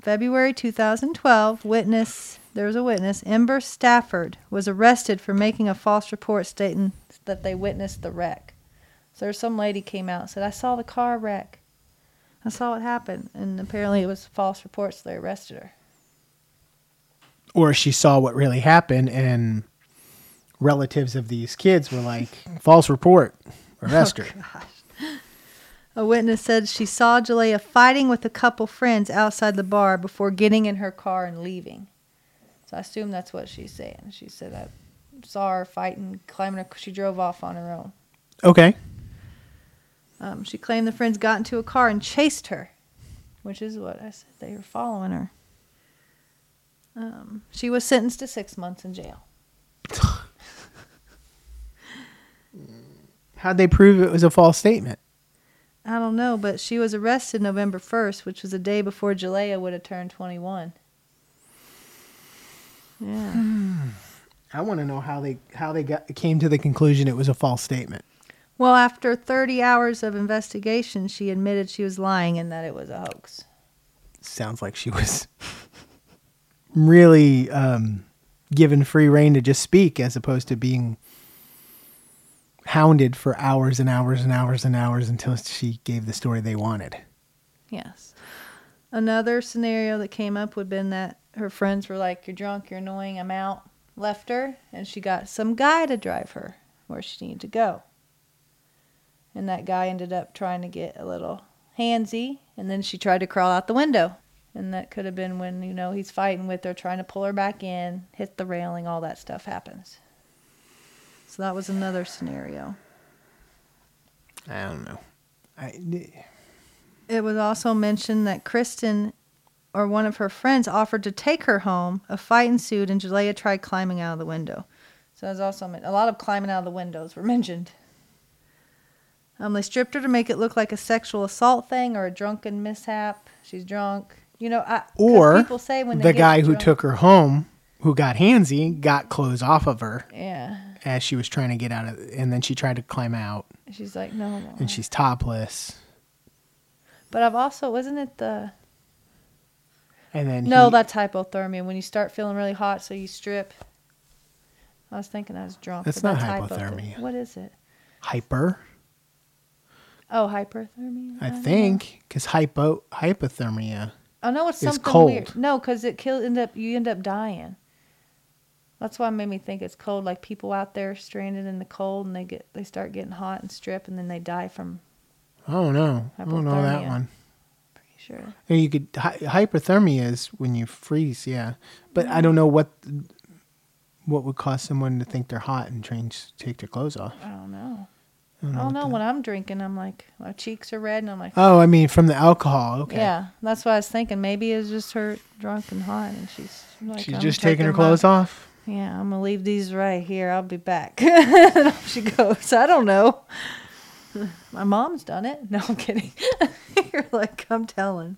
B: February 2012, witness there was a witness, Ember Stafford, was arrested for making a false report stating that they witnessed the wreck. So there's some lady came out and said, "I saw the car wreck. I saw what happened," and apparently it was a false report, so they arrested her.
C: or she saw what really happened and relatives of these kids were like false report arrest her
B: A witness said she saw Jalea fighting with a couple friends outside the bar before getting in her car and leaving. So I assume that's what she's saying. She said I saw her fighting, climbing. Her, she drove off on her own.
C: okay
B: Um, she claimed the friends got into a car and chased her, which is what I said. They were following her. Um, she was sentenced to six months in jail.
C: how'd they prove it was a false statement
B: I don't know, but she was arrested November 1st, which was the day before Jalea would have turned 21. Yeah.
C: i want to know how they how they got came to the conclusion it was a false statement
B: Well, after 30 hours of investigation, she admitted she was lying and that it was a hoax.
C: sounds like she was really um given free reign to just speak as opposed to being hounded for hours and hours and hours and hours until she gave the story they wanted
B: Yes. Another scenario that came up would have been that her friends were like, You're drunk, you're annoying, I'm out. Left her, and she got some guy to drive her where she needed to go. And that guy ended up trying to get a little handsy, and then she tried to crawl out the window. And that could have been when, you know, he's fighting with her, trying to pull her back in, hit the railing, all that stuff happens. So that was another scenario.
C: i don't know i
B: It was also mentioned that Kristen or one of her friends offered to take her home. A fight ensued, and Jalea tried climbing out of the window. So there's also men- a lot of climbing out of the windows were mentioned. Um, they stripped her to make it look like a sexual assault thing or a drunken mishap. She's drunk, you know. I, 'cause
C: or
B: people say when they
C: the
B: get
C: guy who
B: drunk-
C: took her home who got handsy got clothes off of her
B: yeah,
C: as she was trying to get out of and then she tried to climb out
B: she's like no. I'm all
C: and she's topless
B: But I've also wasn't it the
C: and then
B: no
C: he-
B: that's hypothermia when you start feeling really hot, so you strip. I was thinking I was drunk.
C: That's
B: but
C: not
B: hypother-
C: hypothermia.
B: What is it?
C: hyper
B: Oh, hyperthermia.
C: i
B: don't know.
C: think because hypo hypothermia
B: I know Oh, it's
C: It's
B: something weird.
C: cold.
B: No, because it kill end up you end up dying. That's why it made me think it's cold. Like people out there stranded in the cold, and they get they start getting hot and strip, and then they die from.
C: Oh no, I don't know that
B: Hypothermia.
C: one.
B: Pretty sure.
C: Yeah, You could hy- hyperthermia is when you freeze, yeah. But I don't know what what would cause someone to think they're hot and change take their clothes off.
B: I don't know. I don't know when I'm drinking. I'm like my cheeks are red, and I'm like,
C: Oh, I mean from the alcohol. Okay.
B: yeah. That's what I was thinking. Maybe it's just her drunk and hot, and she's like,
C: She's
B: "I'm
C: just taking her
B: them off."
C: clothes off.
B: Yeah, I'm gonna leave these right here. I'll be back. And off she goes. I don't know. My mom's done it. No, I'm kidding. You're like, I'm telling.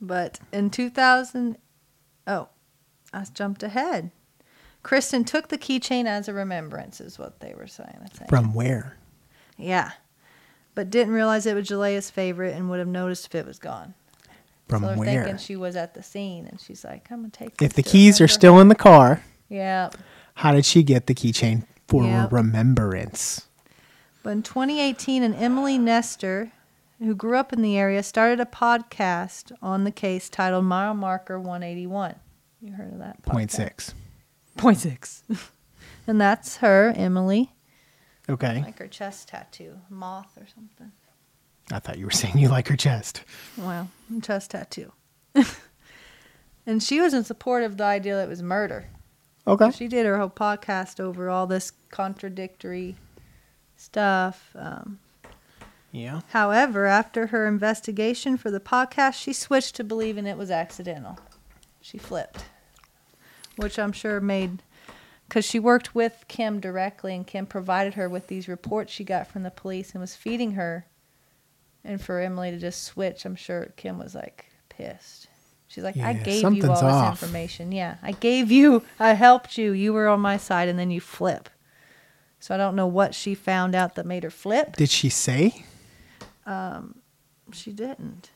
B: But in 2000, oh, I jumped ahead. Kristen took the keychain as a remembrance, is what they were saying. I think.
C: From where?
B: Yeah, but didn't realize it was Jalea's favorite and would have noticed if it was gone.
C: From
B: so they're
C: where?
B: thinking she was at the scene, and she's like, "I'm gonna take."
C: If the
B: this to
C: keys are
B: remember."
C: still in the car,
B: Yeah.
C: how did she get the keychain for
B: Yep.
C: remembrance?
B: But in 2018, an Emily Nestor, who grew up in the area, started a podcast on the case titled Mile Marker 181. You heard of that?
C: Point
B: podcast?
C: six.
B: Point six. and that's her, Emily.
C: Okay.
B: Like her chest tattoo, moth or something.
C: I thought you were saying you like her chest.
B: Wow, chest tattoo. and she was in support of the idea that it was murder.
C: Okay.
B: She did her whole podcast over all this contradictory stuff. Um,
C: Yeah.
B: However, after her investigation for the podcast, she switched to believing it was accidental. She flipped, which I'm sure made because she worked with Kim directly, and Kim provided her with these reports she got from the police and was feeding her. And for Emily to just switch, I'm sure Kim was like pissed. She's like, I
C: Yeah,
B: gave you all
C: something's
B: this
C: off.
B: information. Yeah, I gave you, I helped you. You were on my side, and then you flip. So I don't know what she found out that made her flip.
C: Did she say?
B: She didn't.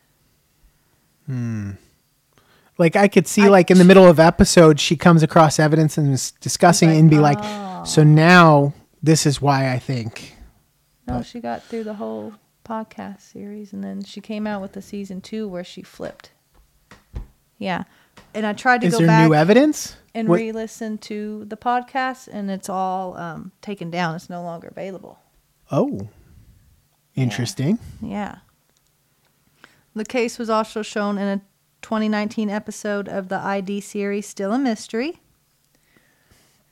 C: Like I could see,
B: I-
C: like in the middle of episode, she comes across evidence and is discussing
B: Like, oh.
C: it and be like, "So now this is why I think."
B: No,
C: But-
B: she got through the whole podcast series and then she came out with the season two where she flipped. Yeah. And I tried to
C: Is
B: go
C: there
B: back
C: new evidence?
B: and
C: What-
B: re listen to the podcast and it's all um, taken down. It's no longer available.
C: oh, interesting.
B: Yeah. The case was also shown in a 2019 episode of the ID series Still a Mystery.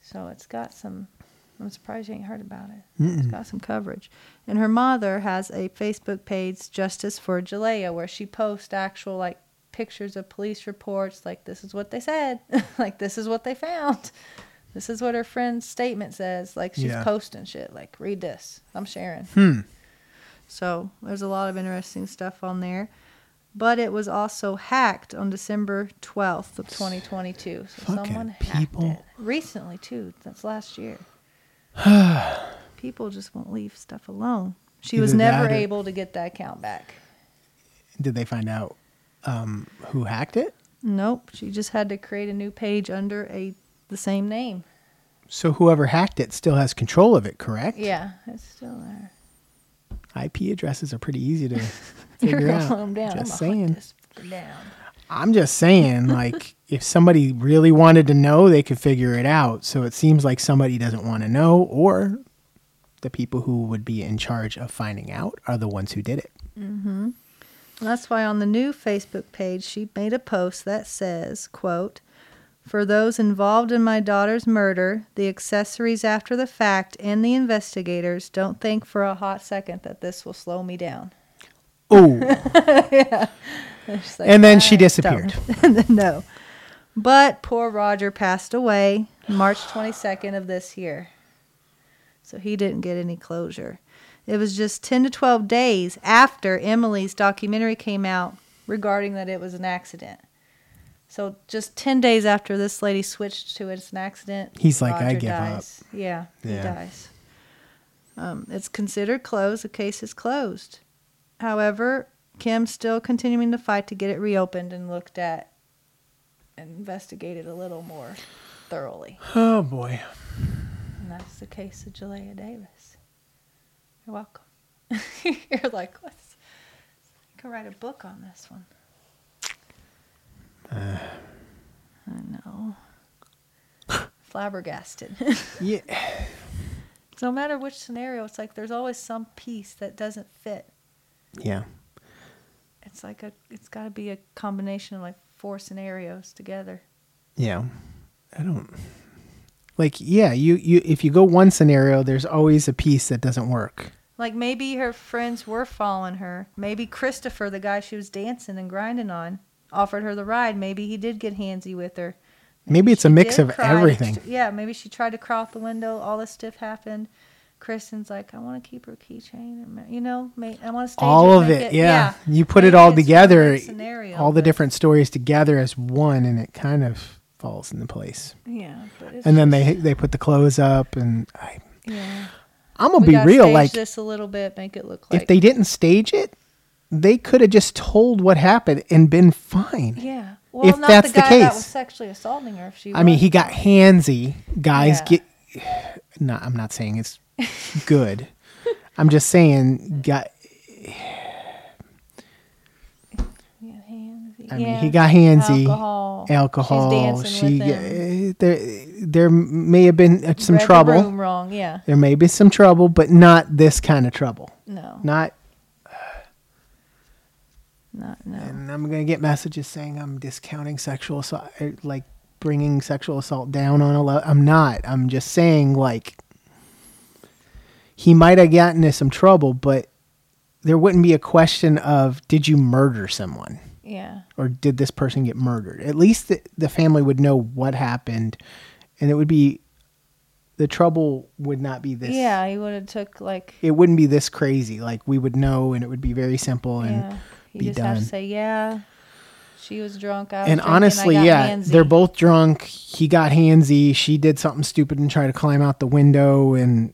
B: So it's got some. I'm surprised you ain't heard about it. It's got some coverage. And her mother has a Facebook page, Justice for Jalea, where she posts actual like pictures of police reports, like this is what they said, like this is what they found, this is what her friend's statement says. Like she's
C: Yeah.
B: posting shit, like read this, I'm sharing. So there's a lot of interesting stuff on there. But it was also hacked on December 12th of 2022. So
C: Fucking
B: someone hacked
C: people.
B: it recently too. That's last year. people just won't leave stuff alone. She was
C: Either that
B: never
C: or-
B: able to get that account back.
C: Did they find out um, who hacked it?
B: Nope, she just had to create a new page under a the same name.
C: So whoever hacked it still has control of it, correct?
B: Yeah, it's still there.
C: IP addresses are pretty easy to
B: You're
C: figure
B: gonna
C: out.
B: hunt 'em down.
C: Just
B: I'm gonna hunt
C: saying.
B: this down.
C: I'm just saying, like, if somebody really wanted to know, they could figure it out. So it seems like somebody doesn't want to know, or the people who would be in charge of finding out are the ones who did it.
B: That's why on the new Facebook page she made a post that says, quote, for those involved in my daughter's murder, the accessories after the fact, and the investigators, don't think for a hot second that this will slow me down.
C: Oh,
B: And she's like,
C: and then
B: "I
C: she
B: don't."
C: disappeared.
B: no. But poor Roger passed away March 22nd of this year. So he didn't get any closure. It was just 10 to 12 days after Emily's documentary came out regarding that it was an accident. So just 10 days after this lady switched to it's an accident.
C: He's like, "I give up."
B: dies. up. Yeah, he
C: Yeah.
B: dies. Um, it's considered closed. The case is closed. However, Kim's still continuing to fight to get it reopened and looked at and investigated a little more thoroughly.
C: Oh boy.
B: And that's the case of Jalea Davis. You're welcome. You're like, what's Could write a book on this one. I know. Flabbergasted.
C: Yeah.
B: no matter which scenario, it's like there's always some piece that doesn't fit.
C: Yeah.
B: It's like a. It's got to be a combination of like four scenarios together.
C: Yeah. I don't like yeah, you you if you go one scenario, there's always a piece that doesn't work.
B: Like maybe her friends were following her. Maybe Christopher, the guy she was dancing and grinding on, offered her the ride. Maybe he did get handsy with her.
C: Maybe it's a
B: She
C: mix
B: did
C: of
B: try to-
C: everything.
B: yeah, maybe she tried to crawl out the window. All this stuff happened. Kristen's like, I want to keep her keychain. and ma- You know, ma- I want to stage
C: all of
B: make
C: it, yeah. You put it
B: Maybe
C: all
B: it's one
C: together,
B: big scenario,
C: all the
B: but-
C: different stories together as one, and it kind of falls into place.
B: Yeah, but it's
C: And then
B: just-
C: they they put the clothes up, and I,
B: Yeah.
C: I'm gonna
B: We
C: be
B: gotta
C: real.
B: stage
C: Like
B: this a little bit, make it look like
C: if they didn't stage it, they could have just told what happened and been fine.
B: Yeah. Well,
C: if
B: not
C: that's
B: the
C: the
B: guy that
C: case.
B: was sexually assaulting her. If she.
C: I mean,
B: was.
C: he got handsy. Guys
B: Yeah.
C: get. No, I'm not saying it's good. I'm just saying, got.
B: Yeah, handsy.
C: I mean,
B: Yeah.
C: he got handsy.
B: Alcohol.
C: Alcohol.
B: She's dancing
C: she.
B: with him.
C: eh, There, there may have been uh, some
B: Read the
C: trouble.
B: room wrong. Yeah.
C: There may be some trouble, but not this kind of trouble.
B: No. Not,
C: Not.
B: no.
C: And I'm gonna get messages saying I'm discounting sexual assault, eh, like bringing sexual assault down on a level. I'm not. I'm just saying like. He might have gotten into some trouble, but there wouldn't be a question of did you murder someone
B: Yeah.
C: or did this person get murdered? At least the, the family would know what happened, and it would be the trouble would not be this.
B: Yeah. He would have took like.
C: it wouldn't be this crazy. Like we would know, and it would be very simple. And
B: Yeah. You
C: be
B: just have to
C: done.
B: say yeah. She was drunk. I was
C: and
B: drinking, I
C: honestly,
B: got
C: yeah,
B: handsy.
C: they're both drunk. He got handsy. She did something stupid and tried to climb out the window, and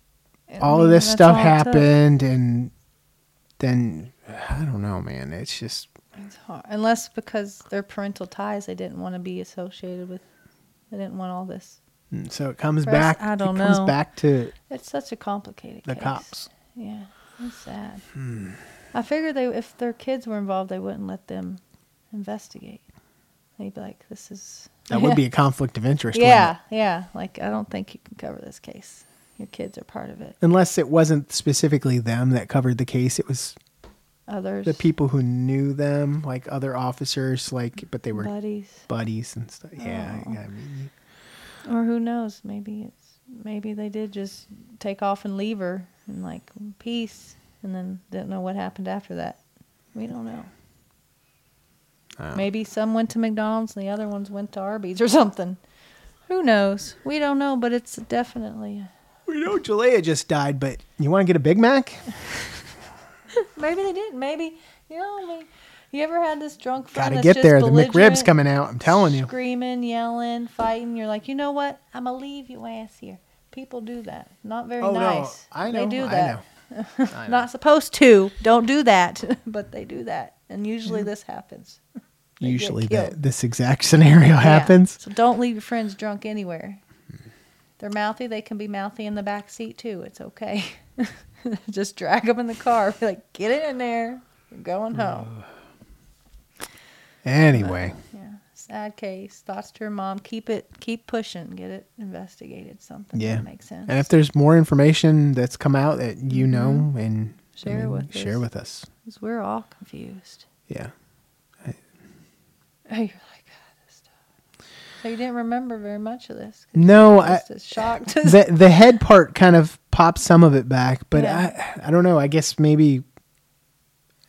B: And I
C: all
B: mean,
C: of this
B: that's
C: stuff
B: all it took.
C: happened. And then I don't know, man. It's just
B: It's hard. Unless because their parental ties, they didn't want to be associated with. They didn't want all this.
C: mm, so it comes
B: Press-
C: back.
B: I don't
C: it comes
B: know.
C: back to
B: It's such a complicated.
C: the
B: case.
C: cops. Hmm.
B: Yeah, that's sad. I figured they, if their kids were involved, they wouldn't let them investigate. They'd be like, "This is."
C: That would be a conflict of interest. wouldn't it?
B: yeah, yeah. Like, I don't think you can cover this case. Your kids are part of it.
C: Unless it wasn't specifically them that covered the case, it was
B: Others,
C: the people who knew them, like other officers, like but they were
B: buddies, Oh.
C: buddies and stuff. Yeah, yeah, I mean,
B: or who knows? Maybe it's maybe they did just take off and leave her and like peace, and then didn't know what happened after that. We don't know.
C: Ah.
B: Maybe some went to McDonald's and the other ones went to Arby's or something. Who knows? We don't know, but it's definitely.
C: we know Jalea just died, but you want to get a Big Mac?
B: Maybe they didn't. Maybe you know. may- you ever had this drunk friend?
C: Got to
B: that's
C: get
B: just
C: there. The McRib's
B: belligerent,
C: coming out. I'm telling you.
B: Screaming, yelling, fighting. You're like, you know what? I'm gonna leave you ass here. People do that. Not very
C: Oh
B: nice.
C: no, I know.
B: They do
C: I
B: that.
C: know. I know.
B: Not supposed to. Don't do that. but they do that, and usually this happens. They get
C: Mm-hmm. Usually,
B: killed.
C: that this exact scenario
B: Yeah.
C: happens.
B: So don't leave your friends drunk anywhere. They're mouthy. They can be mouthy in the back seat too. It's okay. Just drag them in the car. Be like, get it in there. You're going home.
C: Anyway,
B: Yeah. Sad case. Thoughts to her mom. Keep it. Keep pushing. Get it investigated. Something.
C: Yeah.
B: That makes sense.
C: and if there's more information that's come out that you know and I
B: Mm-hmm. Share with
C: share
B: us.
C: with us.
B: 'Cause we're all confused.
C: Yeah,
B: You're like, God, this stuff. So you didn't remember very much of this. 'cause
C: no,
B: you're
C: I,
B: just as shocked. as-
C: the the head part kind of pops some of it back, but
B: Yeah.
C: I I don't know. I guess maybe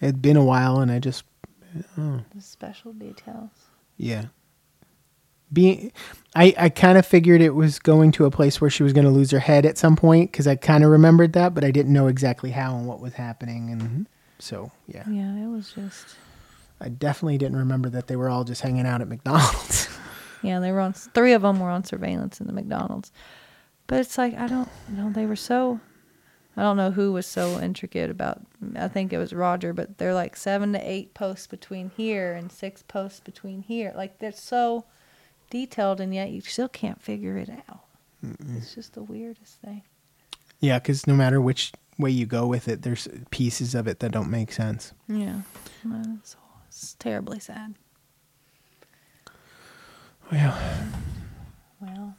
C: it'd been a while, and I just
B: the special details.
C: yeah. Being, I I kind of figured it was going to a place where she was going to lose her head at some point because I kind of remembered that, but I didn't know exactly how and what was happening, and so Mm-hmm. yeah,
B: Yeah, it was just.
C: I definitely didn't remember that they were all just hanging out at McDonald's.
B: Yeah, they were on. Three of them were on surveillance in the McDonald's, but it's like I don't know. They were so. I don't know who was so intricate about. I think it was Roger, but they're like seven to eight posts between here and six posts between here. Like they're so detailed, and yet you still can't figure it out. It's just the weirdest thing.
C: yeah, because no matter which way you go with it, there's pieces of it that don't make sense.
B: Yeah. Uh, It's, it's terribly sad.
C: Well,
B: Well,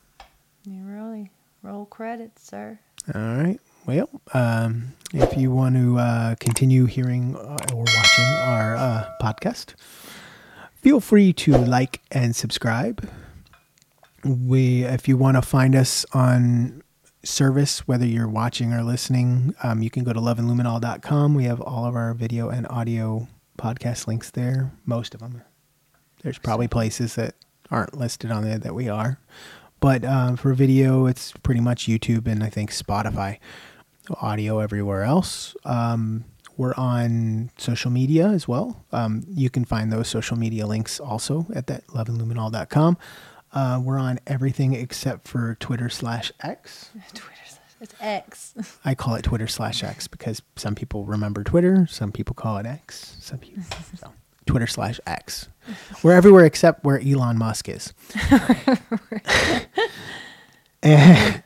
B: you really roll credits, sir.
C: all right. Well, um, if you want to uh, continue hearing uh, or watching our uh, podcast, feel free to like and subscribe. We, if you want to find us on service, whether you're watching or listening, um, you can go to loveandluminol.com. We have all of our video and audio podcast links there. Most of them. There's probably places that aren't listed on there that we are, but um, for video, it's pretty much YouTube and I think Spotify. Audio everywhere else. Um, we're on social media as well. Um, you can find those social media links also at that loveandluminol.com. Uh, we're on everything except for Twitter slash X.
B: Twitter's it's X.
C: I call it Twitter slash X because some people remember Twitter, some people call it X, some people. So Twitter slash X. We're everywhere except where Elon Musk is. And-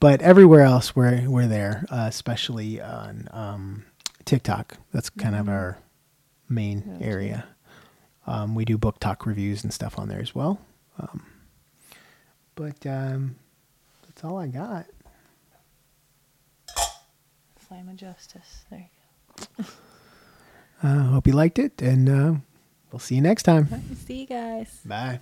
C: but everywhere else, we're, we're there, uh, especially on um, TikTok. That's kind of our main area. Um, we do book talk reviews and stuff on there as well. Um, but um, that's all I got.
B: Flame of justice. There you
C: Uh, hope you liked it, and uh, we'll see you next time.
B: go. See you guys.
C: Bye.